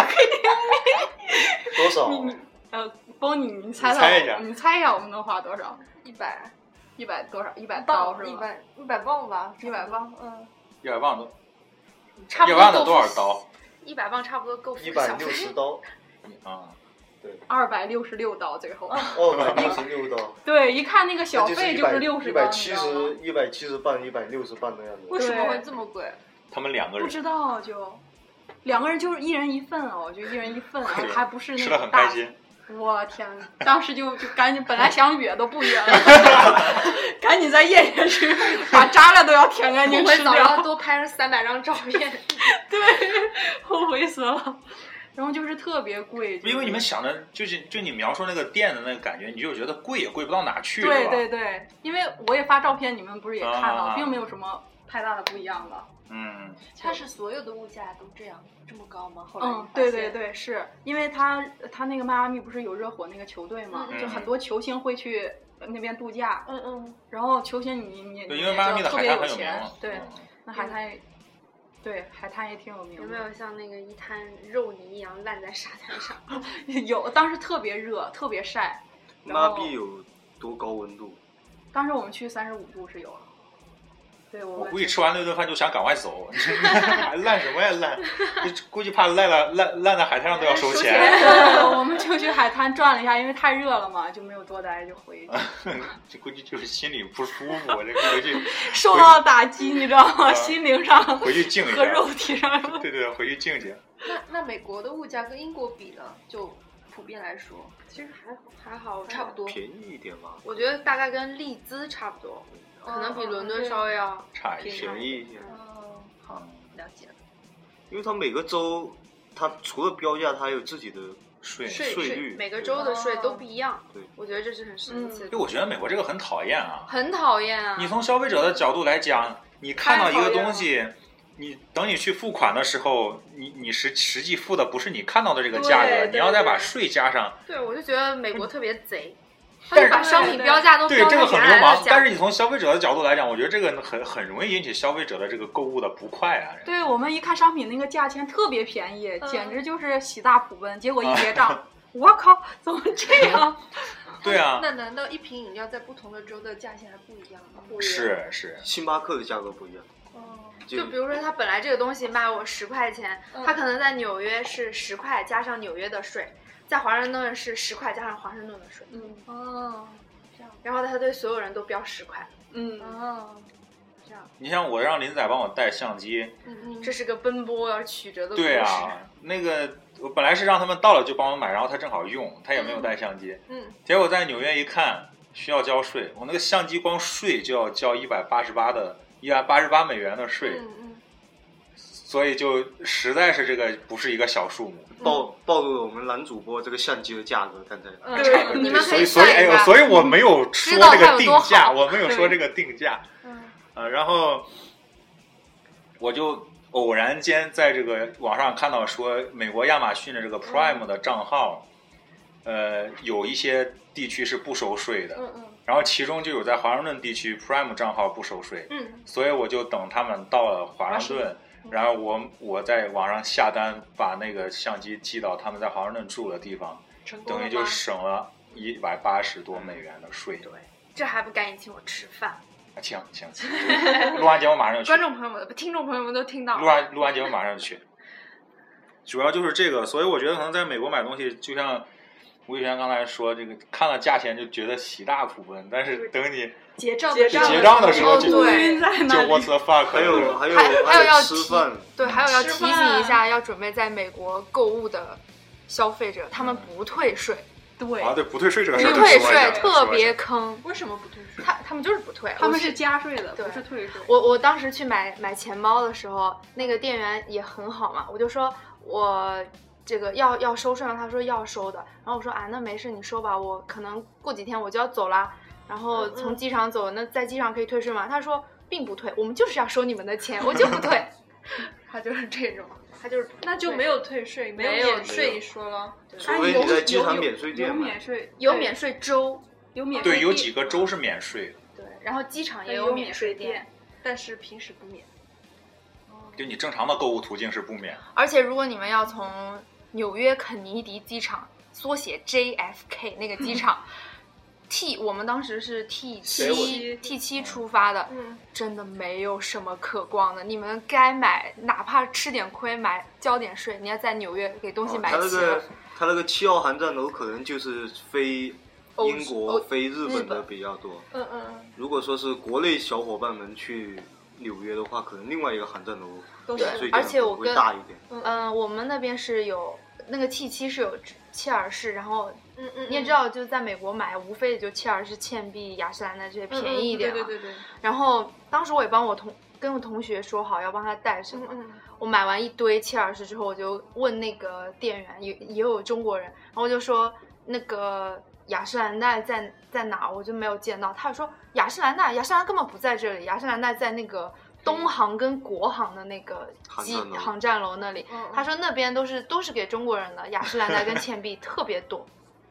Speaker 5: 多少？
Speaker 4: 呃，邦尼，你猜到
Speaker 3: 你猜一下
Speaker 4: 你猜一下我们能花多少？
Speaker 2: 一百
Speaker 4: 一百多少？一百刀
Speaker 2: 磅，
Speaker 4: 是
Speaker 2: 一
Speaker 4: 吧？
Speaker 2: 百一百磅吧，
Speaker 4: 一百磅，
Speaker 2: 嗯，
Speaker 3: 一百万多，
Speaker 7: 差
Speaker 3: 一
Speaker 7: 不
Speaker 3: 百
Speaker 7: 多
Speaker 3: 万
Speaker 7: 够
Speaker 3: 得多少刀
Speaker 7: 一百磅差不多够付小
Speaker 5: 一百六
Speaker 7: 费。
Speaker 5: 十刀，
Speaker 3: 啊？
Speaker 4: 二百六十六刀，最
Speaker 2: 嗯
Speaker 4: 后。
Speaker 5: 二哦百六十六刀，
Speaker 4: 对，一看那个 小
Speaker 5: 那就是
Speaker 4: 费
Speaker 5: 一
Speaker 4: 就
Speaker 5: 百
Speaker 4: 是六十
Speaker 5: 一
Speaker 4: 刀，
Speaker 5: 百
Speaker 4: 你
Speaker 5: 七
Speaker 4: 知道吗
Speaker 5: 十？一百七十半，一百六十半的样
Speaker 2: 为
Speaker 5: 子。
Speaker 2: 什么
Speaker 4: 对
Speaker 2: 会这么贵？
Speaker 3: 他们两个
Speaker 4: 不
Speaker 3: 人
Speaker 4: 知道就。两个人就是一人一份哦，就一人一份，然后
Speaker 3: 对
Speaker 4: 还不是那
Speaker 3: 吃的
Speaker 4: 种
Speaker 3: 很
Speaker 4: 大
Speaker 3: 开心，
Speaker 4: 我天，当时就就赶紧，本来想哕都不哕 了，赶紧在夜里去把渣渣都要舔干 净
Speaker 7: 我
Speaker 4: 吃
Speaker 7: 会早上
Speaker 4: 掉，
Speaker 7: 多拍了三百张照 片，
Speaker 4: 后悔死了。然后就是特别贵，就是
Speaker 3: 因为你们想的就是就你描述那个店的那个感觉，你就觉得贵也贵不到哪去，
Speaker 4: 对
Speaker 3: 是吧？
Speaker 4: 对对，因为我也发照片，你们不是也看了，
Speaker 3: 啊
Speaker 4: 并没有什么太大的不一样的。
Speaker 3: 嗯，
Speaker 2: 它是所有的物价都这样这么高吗？后来
Speaker 4: 嗯，对对，对，是因为他他那个迈阿密不是有热火那个球队嘛，
Speaker 3: 嗯
Speaker 4: 就很多球星会去那边度假，
Speaker 2: 嗯嗯，
Speaker 4: 然后球星你你
Speaker 3: 对，
Speaker 4: 你
Speaker 3: 因为
Speaker 4: 也
Speaker 3: 迈阿
Speaker 4: 知
Speaker 3: 密的
Speaker 4: 道特
Speaker 3: 海
Speaker 4: 别
Speaker 3: 滩
Speaker 4: 有
Speaker 3: 很有名
Speaker 4: 钱
Speaker 3: 嘛，，
Speaker 4: 对，
Speaker 3: 嗯
Speaker 4: 那海滩也，对海滩也挺有名的。
Speaker 7: 有没有像那个一滩肉泥一样烂在沙滩上？
Speaker 4: 有，当时特别热，特别晒。然
Speaker 5: 妈
Speaker 4: 后
Speaker 5: 逼有多高温度？
Speaker 4: 当时我们去三十五度是有了。对，我
Speaker 3: 我
Speaker 4: 们
Speaker 3: 估计吃完那顿饭就想赶快走， 还烂什么呀烂？就估计怕烂了烂烂在海滩上都要收钱，
Speaker 4: 对， 我们就去海滩转了一下，因为太热了嘛，就没有多待，就回 去。
Speaker 3: 就估计就是心里不舒服，这回去
Speaker 4: 受到打击，你知道吗？
Speaker 3: 啊
Speaker 4: 心灵上
Speaker 3: 回去静一
Speaker 4: 和
Speaker 3: 下，
Speaker 4: 肉体上 都
Speaker 3: 对对，回去静静。
Speaker 2: 那那美国的物价跟英国比呢？就普遍来说，
Speaker 7: 其实还好还好，
Speaker 2: 差不。多，
Speaker 5: 便宜一点吧，
Speaker 7: 我觉得大概跟利兹差不多，可能比伦敦稍微要
Speaker 3: 差一些。
Speaker 5: 便宜一啊点。
Speaker 2: 哦，好，了解了。
Speaker 5: 因为它每个州，它除了标价，它还有自己的
Speaker 3: 税
Speaker 7: 税
Speaker 5: 税
Speaker 7: 税，
Speaker 5: 率
Speaker 7: 每个
Speaker 5: 对
Speaker 7: 州的税都
Speaker 2: 哦嗯
Speaker 7: 不一样
Speaker 5: 对。
Speaker 7: 我觉得这是很神奇
Speaker 3: 因为
Speaker 7: 的，
Speaker 3: 我觉得美国这个很讨厌啊！
Speaker 7: 很讨厌啊
Speaker 3: 你！从消费者的角度来讲，你看到一个东西，你等你去付款的时候，你你实实际付的不是你看到的这个价格，
Speaker 7: 对对
Speaker 3: 你要再把
Speaker 7: 对
Speaker 3: 税加上，
Speaker 7: 对，我就觉得美国特别贼，他就
Speaker 3: 但是
Speaker 7: 把商品标价都
Speaker 3: 嗯对
Speaker 7: 标
Speaker 3: 这个
Speaker 7: 到
Speaker 3: 很
Speaker 7: 原
Speaker 3: 流
Speaker 7: 来
Speaker 3: 氓
Speaker 7: 的，
Speaker 3: 但
Speaker 7: 价。
Speaker 3: 是你从消费者的角度来讲，我觉得这个很很容易引起消费者的这个购物的不快啊。
Speaker 4: 对我们一看商品那个价钱特别便宜，
Speaker 7: 嗯
Speaker 4: 简直就是喜大普奔。结果一 结账，我靠，怎么这样？
Speaker 3: 对啊，
Speaker 2: 那难道一瓶饮料在不同的州的价钱还不一样吗？
Speaker 3: 是是，
Speaker 5: 星巴克的价格不一样，
Speaker 2: 哦，
Speaker 7: 就比如说，他本来这个东西卖我十块钱，
Speaker 2: 嗯
Speaker 7: 他可能在纽约是十块加上纽约的税，在华盛顿是十块加上华盛顿的税，
Speaker 4: 嗯
Speaker 2: 哦，这样，
Speaker 7: 然后他对所有人都标十块，
Speaker 4: 嗯，
Speaker 2: 哦，
Speaker 3: 你像我让林仔帮我带相机，
Speaker 2: 嗯嗯，
Speaker 7: 这是个奔波曲折的故事。
Speaker 3: 对啊，那个我本来是让他们到了就帮我买，然后他正好用，他也没有带相机，
Speaker 2: 嗯，
Speaker 3: 结果在纽约一看需要交税，我那个相机光税就要交一百八十八的。一百八十八美元的税，
Speaker 2: 嗯嗯，
Speaker 3: 所以就实在是这个不是一个小数目。
Speaker 5: 暴暴露了我们男主播这个相机的价格，刚才。
Speaker 7: 嗯
Speaker 3: 差不多
Speaker 7: 你们可
Speaker 3: 所以所
Speaker 7: 算
Speaker 3: 以哎
Speaker 7: 一
Speaker 3: 呦，
Speaker 7: 下。
Speaker 3: 所以我没有说
Speaker 6: 知道
Speaker 3: 这
Speaker 6: 它
Speaker 3: 个
Speaker 6: 有
Speaker 3: 定
Speaker 6: 多
Speaker 3: 价，
Speaker 6: 好
Speaker 3: 我没有说这
Speaker 4: 对
Speaker 3: 个定价。
Speaker 2: 嗯，
Speaker 3: 呃，然后我就偶然间在这个网上看到说，美国亚马逊的这
Speaker 6: 嗯
Speaker 3: 个 Prime 的账号，呃，有一些地区是不收税的，
Speaker 2: 嗯嗯
Speaker 3: 然后其中就有在华盛顿地区 Prime 账号不收税，
Speaker 2: 嗯，
Speaker 3: 所以我就等他们到了华盛顿，然后我我在网上下单把那个相机寄到他们在华盛顿住的地方，
Speaker 2: 成功
Speaker 3: 等
Speaker 2: 了
Speaker 3: 于就
Speaker 2: 吗？
Speaker 3: 省了一百八十多美元的税。
Speaker 7: 这还不赶紧请我吃饭？
Speaker 3: 啊请请请，录完节目马上就去
Speaker 6: 观。众朋友们、不听众朋友们都听到
Speaker 3: 录
Speaker 6: 了，
Speaker 3: 完录完节目马上去。主要就是这个，所以我觉得可能在美国买东西，就像吴宇轩刚才说，这个看了价钱就觉得喜大普奔，但是等你
Speaker 4: 结账
Speaker 2: 结账
Speaker 3: 结账的时候
Speaker 6: 哦
Speaker 3: 就
Speaker 6: 对
Speaker 4: 晕在
Speaker 3: 就
Speaker 4: 那
Speaker 3: what
Speaker 4: 里。
Speaker 3: the fuck，
Speaker 5: 还有还有
Speaker 6: 还还有要
Speaker 5: 吃
Speaker 6: 提
Speaker 5: 饭，
Speaker 6: 对，还有要提
Speaker 4: 吃
Speaker 6: 醒
Speaker 4: 饭
Speaker 6: 一下，要准备在美国购物的消费者，他们不退税，
Speaker 4: 对
Speaker 3: 啊，对不退税这个
Speaker 4: 嗯
Speaker 6: 不
Speaker 3: 事儿，
Speaker 6: 退
Speaker 3: 说一下
Speaker 6: 税特别坑，
Speaker 2: 为什么不退税？
Speaker 6: 他他们就是不退，
Speaker 4: 他
Speaker 6: 我
Speaker 4: 们
Speaker 6: 去
Speaker 4: 是加税的，
Speaker 6: 对
Speaker 4: 不是退税。
Speaker 6: 我我当时去买买钱包的时候，那个店员也很好嘛，我就说我这个要要收税吗？他说要收的，然后我说啊，那没事，你收吧，我可能过几天我就要走啦，然后
Speaker 2: 嗯嗯
Speaker 6: 从机场走，那在机场可以退税吗？他说并不退，我们就是要收你们的钱，我就不退。他就是这 种，
Speaker 7: 他就是
Speaker 2: 那就没有退税，没
Speaker 7: 没
Speaker 2: 有
Speaker 7: 有
Speaker 2: 免税一说了。
Speaker 5: 除非你在机场免税店
Speaker 4: 有
Speaker 5: 买
Speaker 4: 免。税，
Speaker 7: 有
Speaker 4: 对
Speaker 7: 免税州，
Speaker 4: 有免税
Speaker 3: 对，
Speaker 4: 地
Speaker 3: 有几个州是免税的，
Speaker 7: 对，然后机场也
Speaker 2: 有
Speaker 7: 免
Speaker 2: 税
Speaker 7: 店，，
Speaker 2: 但是平时不免。
Speaker 3: 就你正常的购物途径是不免。
Speaker 6: 而且如果你们要从纽约肯尼迪机场，缩写 JFK 那个机场。T 我们当时是 T
Speaker 5: 嗯谁
Speaker 6: 七 T 七出发的，
Speaker 2: 嗯，
Speaker 6: 真的没有什么可逛的。你们该买，哪怕吃点亏，买交点税，你要在纽约给东西
Speaker 5: 哦
Speaker 6: 买
Speaker 5: 他那
Speaker 6: 齐
Speaker 5: 个
Speaker 6: 了。
Speaker 5: 他那个七号航站楼可能就是飞
Speaker 6: 欧
Speaker 5: 英国、
Speaker 6: 欧
Speaker 5: 飞日
Speaker 6: 日
Speaker 5: 本的
Speaker 6: 本
Speaker 5: 比较多。
Speaker 2: 嗯嗯
Speaker 5: 如果说是国内小伙伴们去纽约的话，可能另外一个航站楼
Speaker 2: 都是
Speaker 5: 免税
Speaker 6: 而
Speaker 5: 店
Speaker 6: 且我
Speaker 5: 会
Speaker 6: 跟
Speaker 5: 大一点。
Speaker 6: 嗯、我们那边是有那个 T 七是有切尔氏，然后
Speaker 2: 嗯嗯，
Speaker 6: 你也知道，就在美国买，无非也就切尔氏、倩碧、雅诗兰黛这些便宜一点、啊
Speaker 2: 嗯对对对对，
Speaker 6: 然后当时我也帮我同跟我同学说好要帮他带什么，
Speaker 2: 嗯
Speaker 6: 我买完一堆切尔氏之后，我就问那个店员，也也有中国人，然后我就说那个雅诗兰黛在在哪儿？我就没有见到。他说雅诗兰黛，雅诗兰黛根本不在这里，雅诗兰黛在那个东航跟国航的那个机
Speaker 5: 航站楼
Speaker 6: 航站楼那里。
Speaker 2: 嗯，
Speaker 6: 他说那边都是都是给中国人的，雅诗兰黛跟倩碧特别多，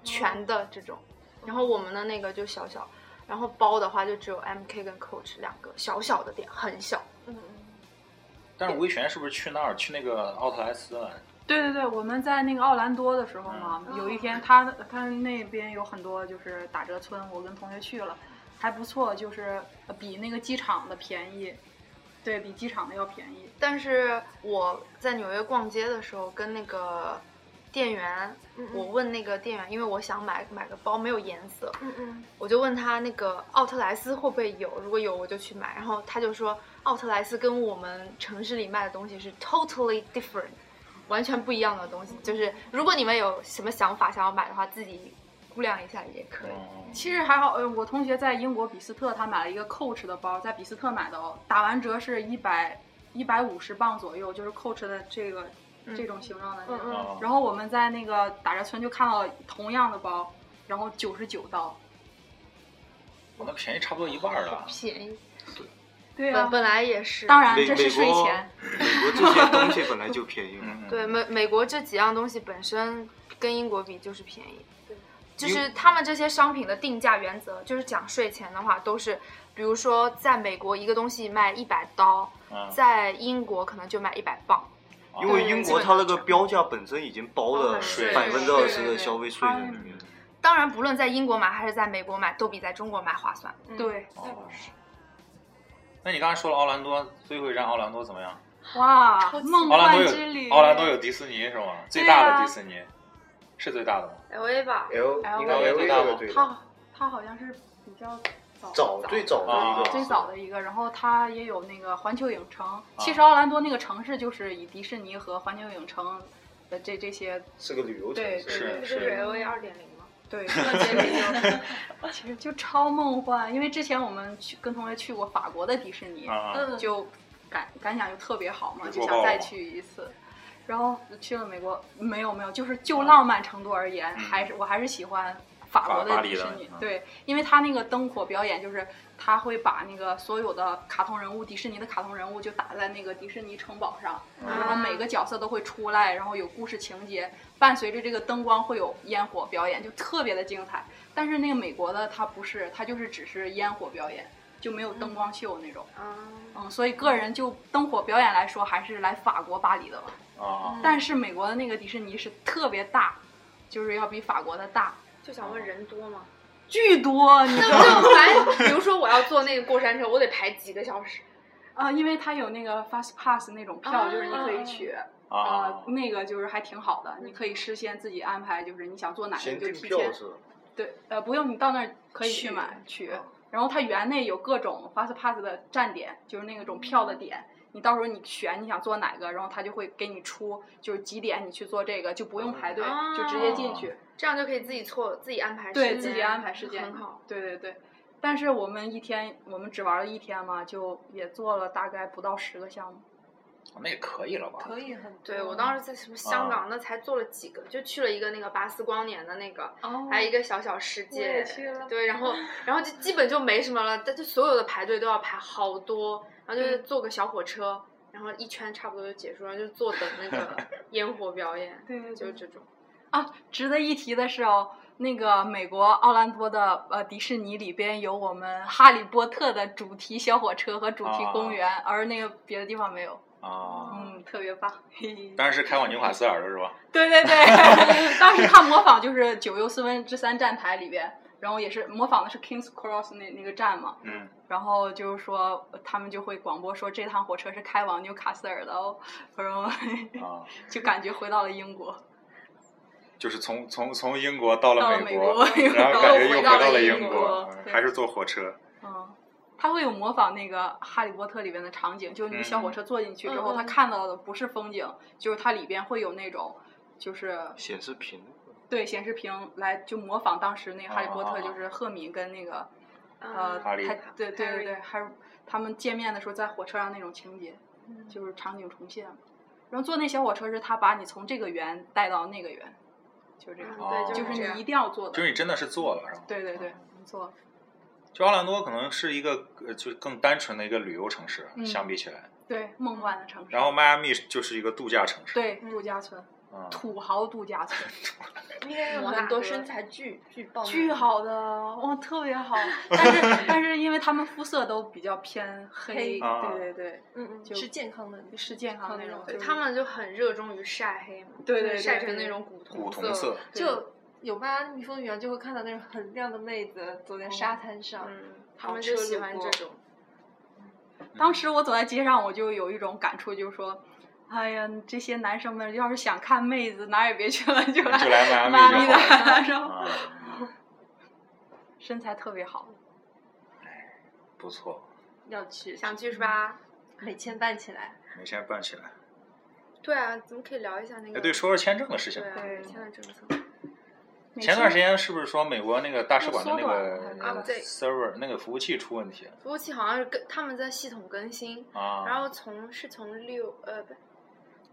Speaker 6: 全的这种。
Speaker 2: 嗯
Speaker 6: 然后我们的那个就小小，然后包的话就只有 M K 跟 Coach 两个小小的店，很小。
Speaker 2: 嗯
Speaker 3: 但是吴亦璇是不是去那儿去那个奥特莱斯啊了？
Speaker 4: 对对对，我们在那个奥兰多的时候嘛，
Speaker 2: 嗯
Speaker 4: 有一天他他那边有很多就是打折村，我跟同学去了，还不错，就是比那个机场的便宜，对比机场的要便宜。
Speaker 6: 但是我在纽约逛街的时候，跟那个店员，
Speaker 2: 嗯，
Speaker 6: 我问那个店员，因为我想买买个包没有颜色，
Speaker 2: 嗯嗯
Speaker 6: 我就问他那个奥特莱斯会不会有，如果有我就去买。然后他就说奥特莱斯跟我们城市里卖的东西是 totally different，完全不一样的东西。就是如果你们有什么想法想要买的话，自己估量一下也可以。
Speaker 3: 嗯，
Speaker 4: 其实还好，呃，我同学在英国比斯特，他买了一个 Coach 的包，在比斯特买的哦，打完折是一百一百五十磅左右，就是 Coach 的这个、这种形状的那
Speaker 2: 嗯
Speaker 4: 个。
Speaker 2: 嗯
Speaker 3: 哦
Speaker 4: 然后我们在那个打折村就看到同样的包，然后九十九刀。
Speaker 3: 我那便宜差不多一半儿了。
Speaker 6: 便宜，
Speaker 4: 对
Speaker 6: 本
Speaker 4: 啊，
Speaker 6: 本来也是。
Speaker 4: 当然
Speaker 5: 美
Speaker 4: 这是
Speaker 5: 美
Speaker 4: 税
Speaker 5: 国
Speaker 4: 前。
Speaker 5: 美国这些东西本来就便宜嘛，
Speaker 3: 嗯，嗯
Speaker 6: 对美美国这几样东西本身跟英国比就是便宜，就是他们这些商品的定价原则，就是讲税前的话，都是比如说在美国一个东西卖一百刀，
Speaker 3: 啊，
Speaker 6: 在英国可能就卖一百磅。
Speaker 5: 因为
Speaker 6: 对
Speaker 5: 英
Speaker 6: 基
Speaker 5: 国
Speaker 6: 本
Speaker 5: 它那
Speaker 6: 上
Speaker 5: 个
Speaker 6: 是
Speaker 5: 标价本身已经包
Speaker 7: 包
Speaker 5: 了
Speaker 7: 含
Speaker 3: 税
Speaker 5: 百分之二十
Speaker 7: 对对
Speaker 5: 的
Speaker 7: 对
Speaker 5: 消费税在里
Speaker 4: 嗯
Speaker 5: 面。
Speaker 3: 嗯
Speaker 6: 当然，不论在英国买还是在美国买，都比在中国买划算。
Speaker 2: 嗯
Speaker 4: 对，
Speaker 3: 哦那你刚才说了奥兰多，最后一站奥兰多怎么样？
Speaker 4: 哇，
Speaker 7: 超级
Speaker 4: 梦
Speaker 3: 奥兰多
Speaker 4: 幻之旅，啊
Speaker 3: 有奥兰多有迪士尼是吗？最大的迪士尼、是最大的吗？
Speaker 2: 哎
Speaker 7: L A 吧，
Speaker 5: L
Speaker 4: 应
Speaker 3: 该 LA 最大吧
Speaker 5: 对
Speaker 4: 它它好像是比较早
Speaker 5: 早最早
Speaker 3: 啊
Speaker 5: 的一个
Speaker 4: 最早的一个，然后它也有那个环球影城。其
Speaker 3: 啊
Speaker 4: 实奥兰多那个城市就是以迪士尼和环球影城的这这些
Speaker 5: 是个旅游城
Speaker 4: 对
Speaker 5: 市，
Speaker 3: 是
Speaker 7: 这不就是 L A 二点零吗？
Speaker 4: 对， 就其实就超梦幻，因为之前我们去跟同学去过法国的迪士尼，
Speaker 3: 啊，
Speaker 7: 嗯，
Speaker 4: 就感感想就特别好嘛，
Speaker 3: 就
Speaker 4: 就
Speaker 3: 过
Speaker 4: 想
Speaker 3: 爆
Speaker 4: 再
Speaker 3: 了
Speaker 4: 去一次。然后呃去了美国，没有没有，就是就浪漫程度而言，
Speaker 3: 嗯
Speaker 4: 还是我还是喜欢法
Speaker 3: 法
Speaker 4: 国
Speaker 3: 巴
Speaker 4: 的
Speaker 3: 黎
Speaker 4: 迪士
Speaker 3: 的
Speaker 4: 尼
Speaker 3: 嗯。
Speaker 4: 对，因为他那个灯火表演，就是他会把那个所有的卡通人物，迪士尼的卡通人物就打在那个迪士尼城堡上，
Speaker 3: 啊
Speaker 4: 然后每个角色都会出来，然后有故事情节，伴随着这个灯光会有烟火表演，就特别的精彩。但是那个美国的它不是，它就是只是烟火表演，就没有灯光秀那种。
Speaker 7: 啊，
Speaker 4: 嗯，所以个人就灯火表演来说，还是来法国巴黎的吧。
Speaker 3: 啊，
Speaker 4: 但是美国的那个迪士尼是特别大，就是要比法国的大，
Speaker 7: 就想问人多 吗？
Speaker 4: 巨多，你知道吗？
Speaker 7: 那就排，比如说我要坐那个过山车，我得排几个小时。
Speaker 4: 啊，因为它有那个 fast pass 那种票，就是你可以取，
Speaker 3: 啊
Speaker 5: 哦
Speaker 4: 啊，那个就是还挺好的，你可以事先自己安排，就是你想坐哪个
Speaker 5: 先
Speaker 4: 你就
Speaker 5: 订
Speaker 4: 提
Speaker 5: 票
Speaker 4: 前，
Speaker 5: 是吧？
Speaker 4: 对，呃，不用你到那儿可以去
Speaker 7: 去哦
Speaker 4: 买取
Speaker 5: 啊，
Speaker 4: 然后它园内有各种 fast pass 的站点，就是那种票的点。
Speaker 7: 嗯
Speaker 4: 你到时候你选你想坐哪个，然后他就会给你出，就是几点你去做这个，就不用排队，
Speaker 7: 啊
Speaker 4: 就直接进去，
Speaker 7: 这样就可以自己错，自己安排时间，
Speaker 4: 对自己安排时间
Speaker 7: 很好。
Speaker 4: 对对对。但是我们一天，我们只玩了一天嘛，就也做了大概不到十个项目。
Speaker 3: 那也可以了吧？
Speaker 2: 可以很多。
Speaker 7: 对我
Speaker 4: 哦
Speaker 7: 当时在什么香港，那才做了几个，就去了一个那个巴斯光年的那个，
Speaker 2: 哦
Speaker 7: 还有一个小小世
Speaker 2: 我
Speaker 7: 界，
Speaker 2: 也去了
Speaker 7: 对， 然后然后就基本就没什么了，但就所有的排队都要排好多，然后
Speaker 4: 嗯
Speaker 7: 就是坐个小火车，然后一圈差不多就结束，然后就坐等那个 烟火表演，
Speaker 4: 对对
Speaker 7: 就是这种。
Speaker 4: 啊，值得一提的是哦，那个美国奥兰多的呃迪士尼里边有我们《哈利波特》的主题小火车和主题公园，而那个别的地方没有。
Speaker 3: 啊，
Speaker 4: 嗯，特别棒。嘿嘿
Speaker 3: 当然是开往纽卡斯尔的是吧？
Speaker 4: 对对对， 当时他模仿就是九又四分之三站台里边，然后也是模仿的是 Kings Cross 那那个站嘛，
Speaker 3: 嗯，
Speaker 4: 然后就是说他们就会广播说这趟火车是开往纽卡斯尔的哦，然后
Speaker 3: 啊，
Speaker 4: 就感觉回到了英国，
Speaker 3: 就是从从从英国到
Speaker 4: 到
Speaker 3: 了
Speaker 4: 了
Speaker 3: 美
Speaker 4: 美
Speaker 3: 国，
Speaker 4: 国，
Speaker 3: 然后感觉又回到了
Speaker 4: 英
Speaker 3: 国，嗯
Speaker 4: 对
Speaker 3: 还是坐火车。
Speaker 4: 嗯，他会有模仿那个《哈利波特》里边的场景，就是那
Speaker 3: 嗯
Speaker 4: 个小火车坐进去之后，
Speaker 7: 嗯嗯
Speaker 4: 他看到的不是风景，就是它里边会有那种，就是
Speaker 5: 显示屏
Speaker 4: 对显示屏来就模仿当时那个《哈利波特
Speaker 3: 啊》，
Speaker 4: 就是赫敏跟那个呃，
Speaker 7: 啊
Speaker 3: 哈利
Speaker 4: 他对对对
Speaker 7: Harry
Speaker 4: 对，还有他们见面的时候在火车上那种情节，
Speaker 2: 嗯
Speaker 4: 就是场景重现嘛。然后坐那小火车是他把你从这个园带到那个园，就是这样，
Speaker 7: 嗯对，
Speaker 4: 就是
Speaker 7: 是这
Speaker 4: 你一
Speaker 7: 样。
Speaker 4: 定要做的，
Speaker 3: 就是你真的是坐了是吧？
Speaker 4: 对对对
Speaker 3: 嗯，
Speaker 4: 没错。
Speaker 3: 就奥兰多可能是一个呃，就是更单纯的一个旅游城市，
Speaker 4: 嗯
Speaker 3: 相比起来，
Speaker 4: 对梦幻的城市。
Speaker 3: 然后迈阿密就是一个度假城市。
Speaker 4: 对度假村，
Speaker 3: 嗯，
Speaker 4: 土豪度假村，
Speaker 2: 应该有
Speaker 7: 摩纳
Speaker 2: 很多
Speaker 7: 哥
Speaker 2: 身材巨巨棒，
Speaker 4: 巨。好的，哇、特别 好。但是但是因为他们肤色都比较偏黑，
Speaker 2: 黑
Speaker 3: 啊
Speaker 4: 对对对，
Speaker 2: 嗯
Speaker 4: 就是
Speaker 2: 健康的，
Speaker 4: 是健康那种。
Speaker 2: 对
Speaker 4: 就是
Speaker 7: 他们就很热衷于晒黑嘛，
Speaker 4: 对对对
Speaker 7: 晒
Speaker 4: 对
Speaker 7: 成那
Speaker 4: 对
Speaker 7: 种古铜
Speaker 3: 古铜色，
Speaker 4: 对
Speaker 2: 就有迈阿密风园就会看到那种很亮的妹子走在沙滩上，
Speaker 7: 嗯，他们就喜欢这种。
Speaker 3: 嗯
Speaker 4: 当时我走在街上，我就有一种感触，就是说。哎呀，这些男生们要是想看妹子，哪儿也别去了，就
Speaker 3: 就来迈阿
Speaker 4: 迈
Speaker 3: 密
Speaker 4: 阿
Speaker 3: 就
Speaker 4: 密
Speaker 3: 好了
Speaker 4: 的，然后
Speaker 3: 啊，
Speaker 4: 身材特别好。
Speaker 3: 不错，
Speaker 2: 要去
Speaker 7: 想去
Speaker 4: 嗯
Speaker 7: 是吧？
Speaker 2: 每天办起来。
Speaker 3: 没钱办起来。
Speaker 7: 对啊，咱们可以聊一下那
Speaker 3: 哎，
Speaker 7: 个。
Speaker 3: 对，说说签证的事情
Speaker 7: 对。啊，
Speaker 4: 嗯对
Speaker 7: 现在政策。
Speaker 3: 前段时间是不是说美国那个大使馆的那
Speaker 4: 又缩
Speaker 3: 个
Speaker 4: 短了
Speaker 3: 那
Speaker 7: 啊
Speaker 3: 个
Speaker 7: 对
Speaker 3: server 那个服务器出问题
Speaker 7: 服务器好像是跟他们在系统更新，
Speaker 3: 啊？
Speaker 7: 然后从是从六呃不，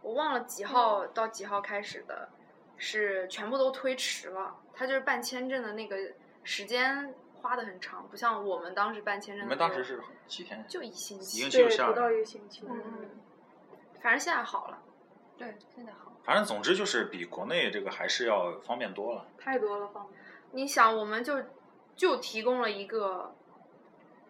Speaker 7: 我忘了几号到几号开始的，是全部都推迟了。他就是办签证的那个时间花的很长，不像我们当时办签证
Speaker 3: 你
Speaker 7: 的时候。
Speaker 3: 们当时是几天？
Speaker 7: 就一星
Speaker 3: 已经
Speaker 7: 期，
Speaker 3: 记录下来了。
Speaker 4: 一个星期
Speaker 7: 嗯，反正现在好了。
Speaker 2: 对，现在好。
Speaker 3: 反正总之就是比国内这个还是要方便多了。
Speaker 4: 太多了，方面。
Speaker 6: 你想，我们就就提供了一个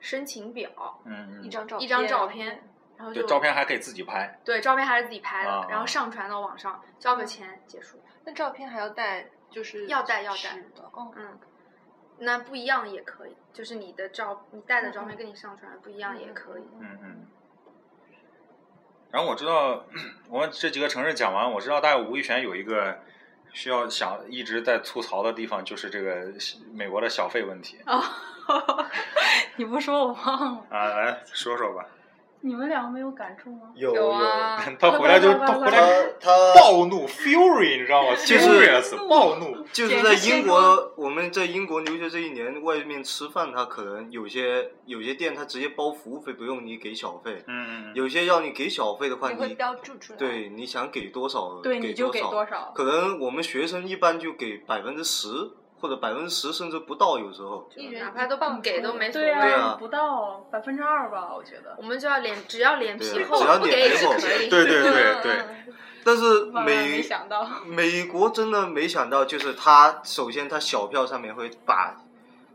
Speaker 6: 申请表，
Speaker 3: 嗯
Speaker 2: 一
Speaker 3: 嗯，
Speaker 2: 张照
Speaker 6: 一张照
Speaker 2: 片
Speaker 6: 片，然后
Speaker 3: 对，
Speaker 6: 就
Speaker 3: 照片还可以自己拍，
Speaker 6: 对照片还是自己拍的，
Speaker 3: 啊
Speaker 6: 然
Speaker 3: 啊
Speaker 6: 后上传到网上，交个钱结束。
Speaker 2: 那照片还要带，就是
Speaker 6: 要带要带
Speaker 2: 纸的，哦，
Speaker 6: 嗯，那不一样也可以，就是你的照你带的照
Speaker 2: 嗯
Speaker 6: 片
Speaker 2: 嗯
Speaker 6: 跟你上传的不一样也可以。
Speaker 3: 嗯嗯。然后我知道，我们这几个城市讲完，我知道大概吴亦璇有一个需要想一直在吐槽的地方，就是这个美国的小费问题
Speaker 4: 啊、 你不说我忘了，
Speaker 3: 啊，来说说吧。
Speaker 4: 你们两个没有感触吗？
Speaker 5: 有
Speaker 6: 有啊，
Speaker 3: 他回来就
Speaker 4: 快快
Speaker 3: 他
Speaker 4: 快
Speaker 3: 回
Speaker 4: 快
Speaker 3: 来
Speaker 5: 他他
Speaker 3: 暴怒 fury，你知道 吗
Speaker 5: 就是
Speaker 3: ？furious 暴怒。
Speaker 5: 就是在英
Speaker 4: 啊
Speaker 5: 国，我们在英国留学这一年，外面吃饭他可能有些有些店他直接包服务费，不用你给小费。
Speaker 3: 嗯，嗯
Speaker 5: 有些要你给小费的话，
Speaker 2: 你会
Speaker 5: 你
Speaker 2: 标注出来，，
Speaker 5: 对你想给多少，
Speaker 4: 对，你就给
Speaker 5: 少。
Speaker 4: 多少？
Speaker 5: 可能我们学生一般就给百分之十或者百分之十甚至不到，有时候。
Speaker 6: 就
Speaker 2: 一人
Speaker 6: 哪
Speaker 2: 一
Speaker 6: 怕都
Speaker 2: 磅
Speaker 6: 不给
Speaker 2: 出
Speaker 6: 都
Speaker 2: 来
Speaker 6: 没所
Speaker 4: 对
Speaker 6: 谓。
Speaker 5: 对啊
Speaker 4: 不到百分之二吧，我觉得
Speaker 6: 我。们就要脸，只要脸皮
Speaker 5: 对
Speaker 6: 厚
Speaker 5: 只要，
Speaker 6: 不
Speaker 5: 脸
Speaker 6: 给
Speaker 5: 皮
Speaker 6: 是
Speaker 5: 厚
Speaker 6: 可以。
Speaker 3: 对对对对，
Speaker 5: 但是
Speaker 4: 万万没
Speaker 5: 美
Speaker 4: 想到，
Speaker 5: 美国真的没想到，就是他首先他小票上面会把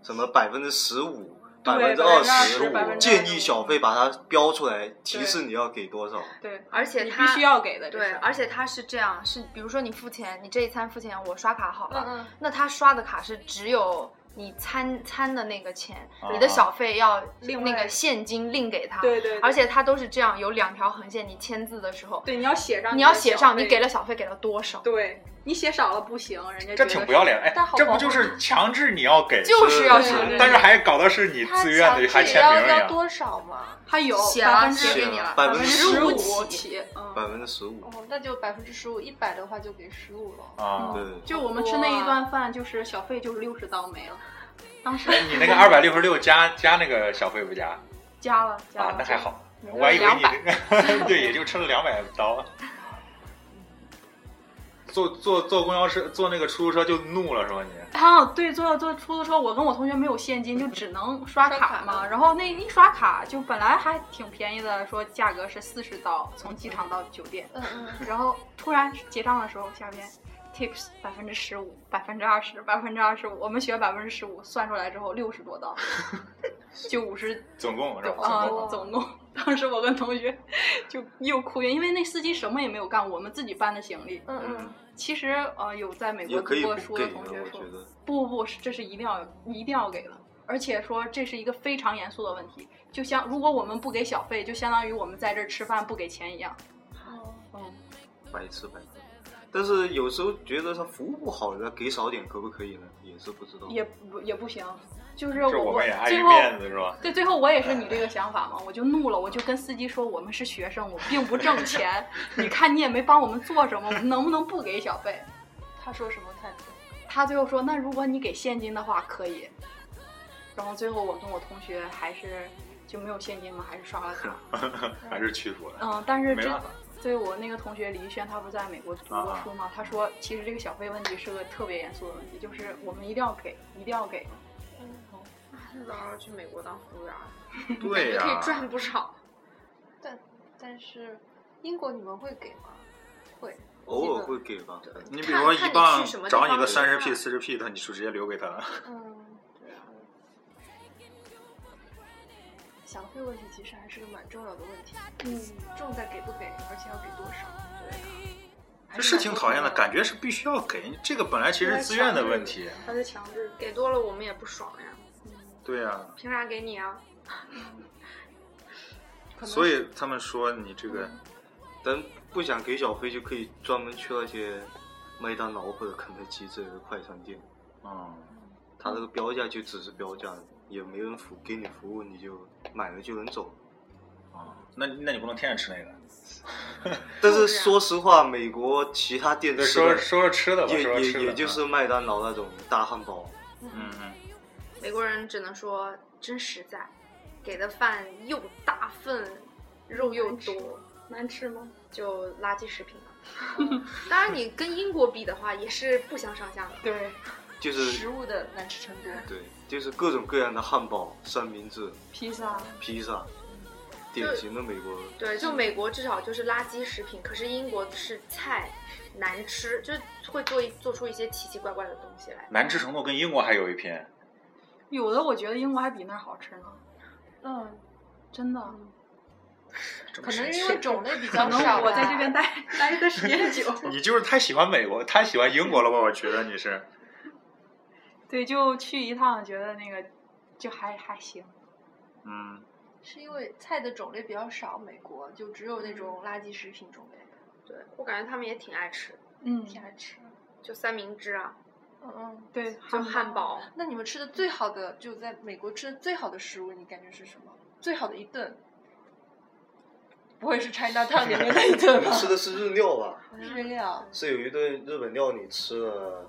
Speaker 5: 什么百分之十五、
Speaker 4: 对
Speaker 5: 百分之二
Speaker 4: 25%
Speaker 5: 十、
Speaker 4: 25%
Speaker 5: 建议小费把它标出来，提示你要给多少。
Speaker 4: 对，
Speaker 6: 而且
Speaker 4: 你
Speaker 6: 他
Speaker 4: 必须要给的，这
Speaker 6: 对，
Speaker 4: 是
Speaker 6: 而且他是这样，是比如说你付钱，你这一餐付钱，我刷卡好了，
Speaker 2: 嗯
Speaker 6: 那他刷的卡是只有你餐餐的那个钱，
Speaker 3: 啊
Speaker 6: 你的小费要
Speaker 4: 另
Speaker 6: 那
Speaker 4: 外
Speaker 6: 个现金另给他，
Speaker 4: 对对，对
Speaker 6: 而且他都是这样，有两条横线，你签字的时候，
Speaker 4: 对你要写上的小费，
Speaker 6: 你要写上你给了小费给了多少，
Speaker 4: 对你写少了不行，人家
Speaker 3: 这
Speaker 4: 觉得
Speaker 3: 挺不要脸。哎
Speaker 2: 但好，
Speaker 3: 这不就是强制你要给？
Speaker 6: 就是要
Speaker 2: 是
Speaker 6: 强制
Speaker 3: 但是还搞的是你
Speaker 2: 他
Speaker 3: 自愿的，还签名
Speaker 2: 要
Speaker 3: 一
Speaker 2: 要
Speaker 3: 样。
Speaker 2: 多少嘛？
Speaker 4: 他有
Speaker 6: 写
Speaker 4: 百
Speaker 6: 了
Speaker 4: 分
Speaker 6: 写
Speaker 4: 之
Speaker 6: 给你了，
Speaker 5: 百
Speaker 4: 分
Speaker 5: 分之
Speaker 4: 十
Speaker 5: 十
Speaker 4: 五
Speaker 5: 五，
Speaker 4: 起，嗯，
Speaker 5: 百分之十五，
Speaker 2: 哦，那就百分之十五，一百的话就给十五了。
Speaker 3: 啊！
Speaker 5: 对，
Speaker 4: 就我们吃那一顿饭，就是小费就是六十刀没了，当时
Speaker 3: 哎，你那个二百六十六加加那个小费不加
Speaker 4: 加了加了，
Speaker 3: 啊？那还好，
Speaker 4: 加了，
Speaker 3: 我还以为你
Speaker 4: 200
Speaker 3: 那个对，也就吃了两百刀。啊坐坐坐公交车，坐那个出租车就怒了，是吧你？
Speaker 4: 啊，对，坐坐出租车，我跟我同学没有现金，就只能刷
Speaker 2: 刷
Speaker 4: 卡
Speaker 2: 卡
Speaker 4: 嘛。然后那一刷卡，就本来还挺便宜的，说价格是四十刀，从机场到酒店。
Speaker 2: 嗯嗯，
Speaker 4: 然后突然结账的时候，下边 tips 百分之十五、百分之二十、百分之二十五，我们学百分之十五，算出来之后六十多 刀，就五十
Speaker 3: 总共是吧？
Speaker 4: 啊
Speaker 2: 共，
Speaker 4: 总共。当时我跟同学就又哭晕，因为那司机什么也没有干，我们自己搬的行李。
Speaker 2: 嗯嗯，
Speaker 4: 其实呃，有在美
Speaker 5: 也
Speaker 4: 国
Speaker 5: 可
Speaker 4: 读
Speaker 5: 以
Speaker 4: 过书
Speaker 5: 不给
Speaker 4: 的
Speaker 5: 的，
Speaker 4: 同
Speaker 5: 我
Speaker 4: 学说
Speaker 5: 觉，得。
Speaker 4: 不不不，是这是一定要一定要给的，而且说这是一个非常严肃的问题，就像如果我们不给小费，就相当于我们在这儿吃饭不给钱一样。嗯，
Speaker 5: 白吃白喝。但是有时候觉得他服务不好，那给少点可不可以呢？也是不知道。
Speaker 4: 也不也不行，就是
Speaker 3: 这我
Speaker 4: 我
Speaker 3: 们也碍
Speaker 4: 最
Speaker 3: 于
Speaker 4: 后
Speaker 3: 面子是吧？
Speaker 4: 对最后我也是你这个想法嘛，我就怒了，我就跟司机说我们是学生，我并不挣钱，你看你也没帮我们做什么，我们能不能不给小费？
Speaker 2: 他说什么态度？
Speaker 4: 他最后说那如果你给现金的话可以，然后最后我跟我同学还是就没有现金嘛，还是刷 了卡。
Speaker 3: 还是屈服了，
Speaker 4: 嗯，但是
Speaker 3: 没
Speaker 4: 这
Speaker 3: 办法啊
Speaker 4: 对我那个同学李宇轩，他不是在美国读过书吗？他说，其实这个小费问题是个特别严肃的问题，就是我们一定要给，一定要给。
Speaker 6: 然后去美国当服务员，
Speaker 3: 对
Speaker 6: 也
Speaker 3: 呀、
Speaker 6: 可以
Speaker 4: 啊
Speaker 6: 赚不少。
Speaker 2: 但是英国你们会给吗？会，
Speaker 5: 偶尔会给吧。
Speaker 3: 你比如说一磅
Speaker 6: 看你去什么地
Speaker 3: 找
Speaker 6: 方
Speaker 3: 你个三十
Speaker 6: 吃
Speaker 3: P
Speaker 6: 饭
Speaker 3: 四十 P 的，你就直接留给他。
Speaker 2: 嗯，对啊。小费问题其实还是个蛮重要的问题，嗯，重在给不给，而且要给多少。
Speaker 3: 这是挺讨厌的，感觉是必须要给，这个本来其实是自愿的问题。
Speaker 4: 他是强制
Speaker 6: 给多了我们也不爽呀，
Speaker 3: 对呀、
Speaker 6: 凭啥给你啊？
Speaker 2: 可能
Speaker 3: 所以他们说你这个，
Speaker 5: 但不想给小费就可以专门去那些麦当劳或者肯德基之类的快餐店，
Speaker 3: 嗯，
Speaker 5: 它那个标价就只是标价，也没人服给你服务，你就买了就能走。
Speaker 3: 啊，那那你不能天天吃那个，
Speaker 2: 啊
Speaker 5: 但是说实话，美国其他店
Speaker 3: 对，
Speaker 5: 吃
Speaker 3: 说
Speaker 5: 的
Speaker 3: 说说吃的吧，
Speaker 5: 也
Speaker 3: 说说吃的啊
Speaker 5: 也也就是麦当劳那种大汉堡，
Speaker 3: 嗯嗯，
Speaker 6: 美国人只能说真实在，给的饭又大份，肉又多，
Speaker 4: 难吃吗？
Speaker 6: 就垃圾食品了。当然，你跟英国比的话，也是不相上下的。
Speaker 4: 对，
Speaker 5: 就是
Speaker 2: 食物的难吃程度，
Speaker 5: 对，就是各种各样的汉堡、三明治、
Speaker 4: 披萨
Speaker 2: 嗯
Speaker 5: 披萨，典型的美国
Speaker 7: 对，就美国至少就是垃圾食品，可是英国是菜难吃，就是会做一做出一些奇奇怪怪的东西来。
Speaker 3: 难吃程度跟英国还有一拼。
Speaker 4: 有的我觉得英国还比那儿好吃呢，
Speaker 2: 嗯，
Speaker 4: 真的。
Speaker 3: 这么
Speaker 2: 可能
Speaker 3: 神奇
Speaker 2: 因为种类比
Speaker 4: 可
Speaker 2: 较少
Speaker 4: 能
Speaker 2: 吧，
Speaker 4: 我在这边待
Speaker 2: 待的时间久。
Speaker 3: 你就是太喜欢美国，太喜欢英国了吧？我觉得你是。
Speaker 4: 对，就去一趟，觉得那个就还还行。
Speaker 3: 嗯，
Speaker 2: 是因为菜的种类比较少，美国就只有那种垃圾食品种类的，
Speaker 7: 对我感觉他们也挺爱吃的，
Speaker 4: 嗯，
Speaker 2: 挺爱吃。
Speaker 7: 就三明治啊，
Speaker 2: 嗯嗯，
Speaker 4: 对，
Speaker 7: 就汉。堡。
Speaker 2: 那你们吃的最好的，就在美国吃的最好的食物，你感觉是什么？最好的一顿，不会是 China Town 里面那一
Speaker 5: 我
Speaker 2: 顿吧
Speaker 5: 们？吃的是日料吧？
Speaker 2: 日料，
Speaker 5: 是有一顿日本料理，吃了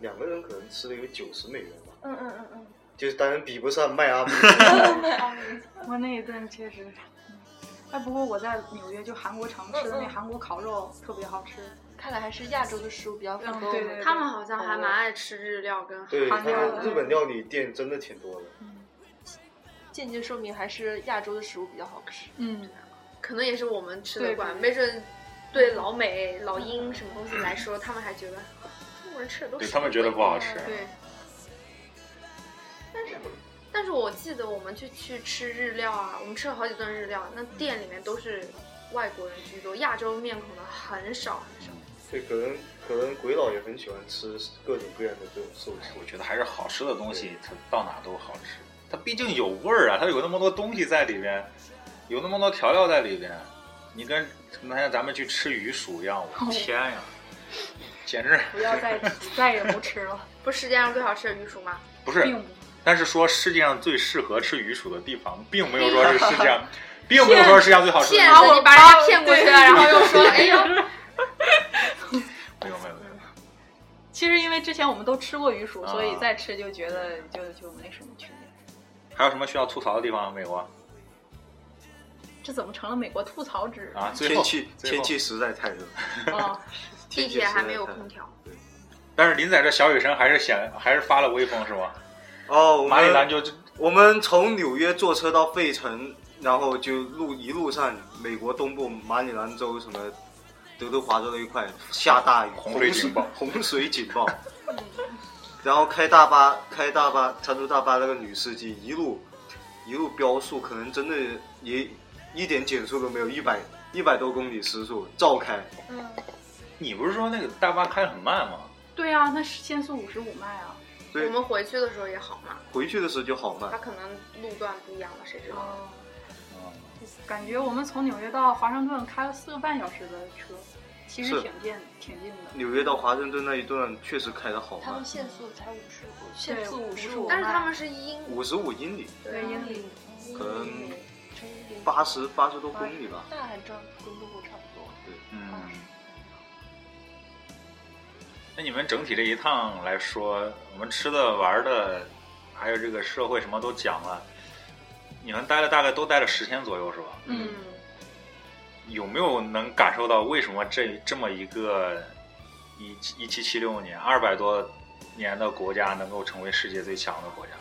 Speaker 5: 两个人可能吃了有九十美元吧，
Speaker 2: 嗯嗯嗯嗯，
Speaker 5: 就是当然比不上迈阿 密。
Speaker 4: 我那一顿确实，嗯哎，不过我在纽约就韩国城吃的
Speaker 2: 嗯
Speaker 4: 那
Speaker 2: 嗯
Speaker 4: 韩国烤肉特别好吃。
Speaker 2: 看来还是亚洲的食物比较符合我
Speaker 4: 嗯
Speaker 2: 们
Speaker 4: 对对
Speaker 2: 的
Speaker 4: 对
Speaker 7: 他们好像还蛮爱吃日料跟
Speaker 5: 对，
Speaker 4: 韩
Speaker 5: 他
Speaker 4: 国
Speaker 5: 们
Speaker 4: 人
Speaker 5: 日本料理店真的挺多的。
Speaker 2: 间接说明还是亚洲的食物比较好吃。
Speaker 4: 嗯，
Speaker 7: 可能也是我们吃的
Speaker 4: 对
Speaker 7: 惯，
Speaker 4: 对
Speaker 7: 没准对老美、老英什么东西来说，他们还觉得中国人吃的都
Speaker 3: 对
Speaker 7: 是
Speaker 3: 他们觉得不好吃。
Speaker 7: 对。但是，但是我记得我们去去吃日料啊，我们吃了好几顿日料，那
Speaker 4: 嗯
Speaker 7: 店里面都是外国人居多，亚洲面孔的很少很少。
Speaker 3: 嗯
Speaker 5: 对，可能可能鬼佬也很喜欢吃各种各样的这种寿
Speaker 3: 哎
Speaker 5: 司。
Speaker 3: 我觉得还是好吃的东西，它到哪都好吃。它毕竟有味儿啊，它有那么多东西在里边，有那么多调料在里边。你跟那天咱们去吃鱼薯一样，我天呀，简直
Speaker 4: 不要再再也不吃了，
Speaker 7: 不是世界上最好吃的鱼薯吗？
Speaker 3: 不是
Speaker 4: 并不。
Speaker 3: 但是说世界上最适合吃鱼薯的地方，并没有说是世界上，并没有说是世界上最好吃的地
Speaker 7: 骗
Speaker 3: 方。
Speaker 7: 子，你把人家骗过去了，
Speaker 4: 对
Speaker 7: 然后又说，哎呦，
Speaker 3: 没有没有没有，
Speaker 4: 其实因为之前我们都吃过鱼薯，
Speaker 3: 啊
Speaker 4: 所以再吃就觉得就就没什么区别。
Speaker 3: 还有什么需要吐槽的地方？美国
Speaker 4: 这怎么成了美国吐槽指
Speaker 3: 啊，最
Speaker 5: 天
Speaker 3: 后
Speaker 5: 气
Speaker 3: 最后
Speaker 5: 天气实在太热，
Speaker 4: 哦，
Speaker 7: 地铁还没有空调。
Speaker 3: 但是林仔这小雨神还是显还是发了威风是吗？
Speaker 5: 哦，我
Speaker 3: 马里兰
Speaker 5: 们
Speaker 3: 就
Speaker 5: 我们从纽约坐车到费城，然后就路一路上美国东部马里兰州什么德德华州那一块下大雨，
Speaker 3: 洪水警报
Speaker 5: 洪水警报。然后开大巴，开大巴，长途大巴那个女司机一路一路飙速，可能真的也一点减速都没有，一百一百多公里时速照开。
Speaker 2: 嗯，
Speaker 3: 你不是说那个大巴开得很慢吗？
Speaker 4: 对啊，那是限速五十五迈啊。
Speaker 5: 对
Speaker 7: 我们回去的时候也好嘛，
Speaker 5: 回去的时候就好慢
Speaker 7: 它。可能路段不一样了，谁知道？
Speaker 4: 哦，
Speaker 3: 嗯
Speaker 4: 感觉我们从纽约到华盛顿开了四个半小时的车，其实
Speaker 5: 是
Speaker 4: 挺近挺近的。
Speaker 5: 纽约到华盛顿那一段确实开的好
Speaker 2: 他
Speaker 5: 慢
Speaker 2: 们，限速才五十五，限速
Speaker 4: 对
Speaker 2: 十
Speaker 4: 55
Speaker 2: 五，
Speaker 7: 但是他们是英
Speaker 5: 五十五英里，
Speaker 4: 对，英里
Speaker 5: 可能
Speaker 2: 乘以零
Speaker 5: 八十八十多公里吧。
Speaker 2: 那还正跟中国差不多。
Speaker 3: 嗯，那你们整体这一趟来说，我们吃的、玩的，还有这个社会什么都讲了，你们待了大概都待了十天左右是吧？
Speaker 4: 嗯，
Speaker 3: 有没有能感受到为什么这这么一个一一七七六年二百多年的国家能够成为世界最强的国家？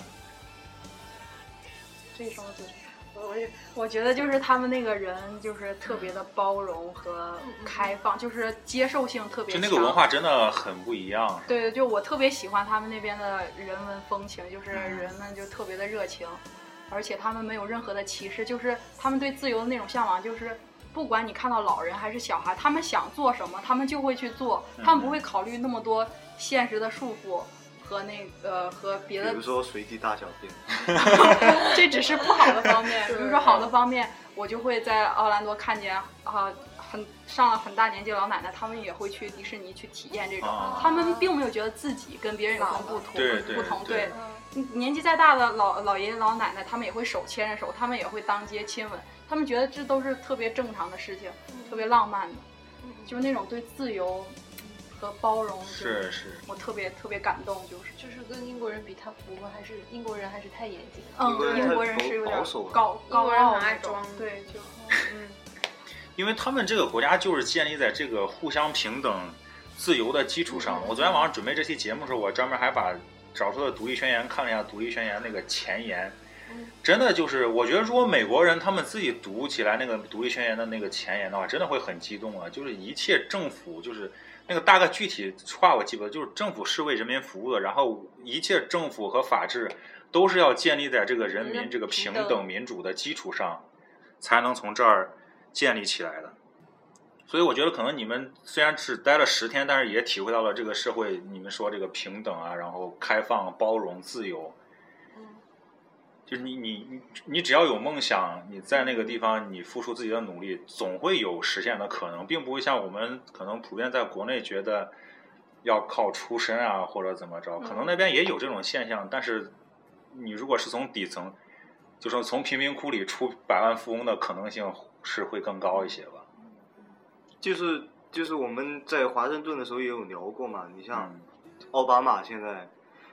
Speaker 4: 这种就是。我我我觉得就是他们那个人就是特别的包容和开放，就是接受性特别
Speaker 3: 就
Speaker 4: 强。
Speaker 3: 那个文化真的很不一样。是吧
Speaker 4: 对，就我特别喜欢他们那边的人文风情，就是
Speaker 5: 嗯
Speaker 4: 人们就特别的热情，而且他们没有任何的歧视，就是他们对自由的那种向往，就是不管你看到老人还是小孩，他们想做什么，他们就会去做，
Speaker 5: 嗯
Speaker 4: 他们不会考虑那么多现实的束缚和那呃和别
Speaker 5: 比
Speaker 4: 的
Speaker 5: 如说随地大小便，
Speaker 4: 这只是不好的 方面。比如说好的方面，我就会在奥兰多看见啊、很上了很大年纪的老奶奶，他们也会去迪士尼去体验这种。
Speaker 3: 啊
Speaker 4: 他们并没有觉得自己跟别人有什么不同，
Speaker 3: 对对
Speaker 4: 不同。
Speaker 3: 对
Speaker 4: 对，年纪再大的老老爷爷老奶奶，他们也会手牵着手，他们也会当街亲吻，他们觉得这都是特别正常的事情，特别浪漫的，就是那种对自由和包容，就是
Speaker 3: 是是，
Speaker 4: 我特别特别感动，就是。
Speaker 2: 就是跟英国人比，他我们还是英国人还是太严谨了。
Speaker 4: 嗯，英
Speaker 5: 英
Speaker 4: 国
Speaker 5: 国
Speaker 4: 人
Speaker 5: 人
Speaker 4: 是有点
Speaker 5: 保守了
Speaker 4: 高
Speaker 7: 英
Speaker 4: 高
Speaker 7: 国人
Speaker 4: 傲
Speaker 7: 很爱
Speaker 4: 那种
Speaker 7: 装
Speaker 4: 对，就
Speaker 7: 嗯
Speaker 3: 因为他们这个国家就是建立在这个互相平等、自由的基础上。我昨天晚上准备这期节目的时候，我专门还把找出了《独立宣言》看了一下，《独立宣言》那个前言，真的就是，我觉得如果美国人他们自己读起来那个独立宣言的那个前言的话，真的会很激动啊！就是一切政府就是那个大概具体话我记不得，就是政府是为人民服务的，然后一切政府和法治都是要建立在这个人民这个平等民主的基础上，才能从这儿建立起来的。所以我觉得可能你们虽然只待了十天，但是也体会到了这个社会，你们说这个平等啊，然后开放、包容、自由，就是你你你你只要有梦想，你在那个地方你付出自己的努力，总会有实现的可能，并不会像我们可能普遍在国内觉得要靠出身啊或者怎么着，可能那边也有这种现象，但是你如果是从底层，就说从贫民窟里出百万富翁的可能性是会更高一些吧。
Speaker 5: 就是就是我们在华盛顿的时候也有聊过嘛，你像
Speaker 3: 嗯，
Speaker 5: 奥巴马现在，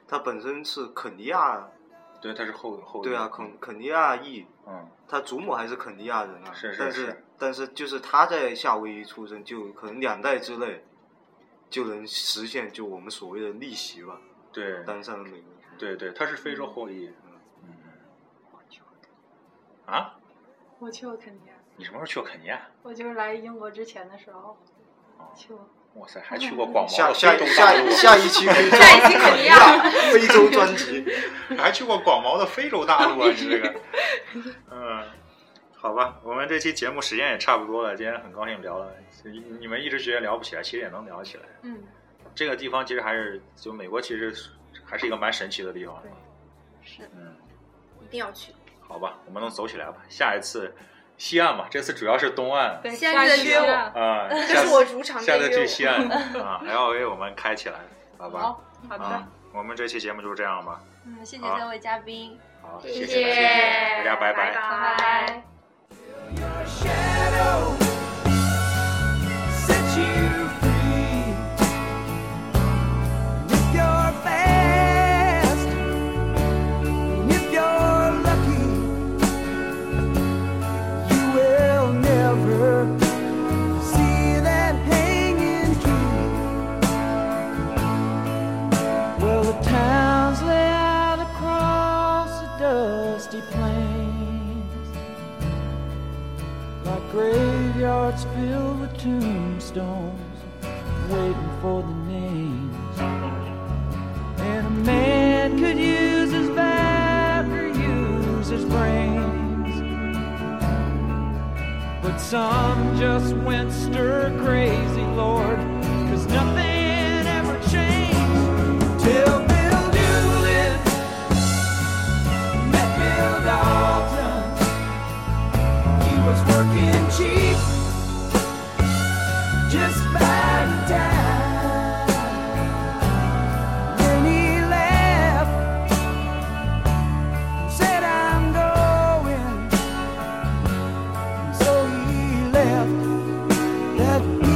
Speaker 5: 他本身是肯尼亚，
Speaker 3: 对，他是后后裔
Speaker 5: 对啊，肯肯尼亚裔，
Speaker 3: 嗯，
Speaker 5: 他祖母还是肯尼亚人啊，
Speaker 3: 是是
Speaker 5: 但是
Speaker 3: 是
Speaker 5: 但是就是他在夏威夷出生，就可能两代之内就能实现就我们所谓的逆袭吧，
Speaker 3: 对
Speaker 5: 当上了美国。
Speaker 3: 对对，他是非洲后裔。
Speaker 5: 嗯
Speaker 3: 嗯，啊，
Speaker 4: 我去过肯尼亚，
Speaker 3: 你什么时候去过肯尼亚？哦
Speaker 4: 我就是来英国之前的时候去过。
Speaker 3: 哇塞，还 去过广袤
Speaker 5: 下
Speaker 3: 的
Speaker 5: 下
Speaker 3: 非
Speaker 5: 一
Speaker 3: 洲
Speaker 5: 下
Speaker 3: 大陆啊
Speaker 5: 一，下一期可以
Speaker 7: 下一期肯尼亚，
Speaker 5: 非洲专辑，
Speaker 3: 还去过广袤的非洲大陆啊！你 这个，嗯，好吧，我们这期节目时间也差不多了，今天很高兴聊了。你你们一直觉得聊不起来，其实也能聊起来。
Speaker 4: 嗯，
Speaker 3: 这个地方其实还是，就美国其实还是一个蛮神奇的地方。
Speaker 7: 是
Speaker 3: 嗯，
Speaker 7: 一定要去。
Speaker 3: 好吧，我们能走起来吧。下一次西岸吧，这次主要是东岸
Speaker 4: 对，
Speaker 7: 现
Speaker 4: 下
Speaker 7: 在
Speaker 4: 一
Speaker 7: 就
Speaker 4: 期
Speaker 7: 约我
Speaker 4: 啊
Speaker 3: 啊。
Speaker 7: 这
Speaker 3: 下
Speaker 7: 是
Speaker 3: 次
Speaker 7: 我主场
Speaker 3: 下
Speaker 7: 的
Speaker 3: 次
Speaker 7: 约
Speaker 3: 去
Speaker 7: 我。
Speaker 3: 西岸啊，还要为我们开起来，好吧？
Speaker 4: 好好的
Speaker 3: 啊，，我们这期节目就是这样吧。
Speaker 2: 嗯，谢谢
Speaker 3: 好
Speaker 2: 三位嘉宾。
Speaker 3: 好，
Speaker 7: 谢
Speaker 3: 谢大家大家拜拜。
Speaker 7: 拜
Speaker 4: 拜
Speaker 7: 拜。
Speaker 8: set you free. And if you're fast, and if you're lucky, you will never see that hanging tree. Well, the towns lay out across the dusty plains like graveyards filled with tombstones, waiting for the names. And a man could use his back or use his brains, but some just went stir crazy, Lord, cause nothing ever changed. Till Bill Doolittle met Bill Dalton. He was working cheap just by the time when he left and said, I'm going. So he left that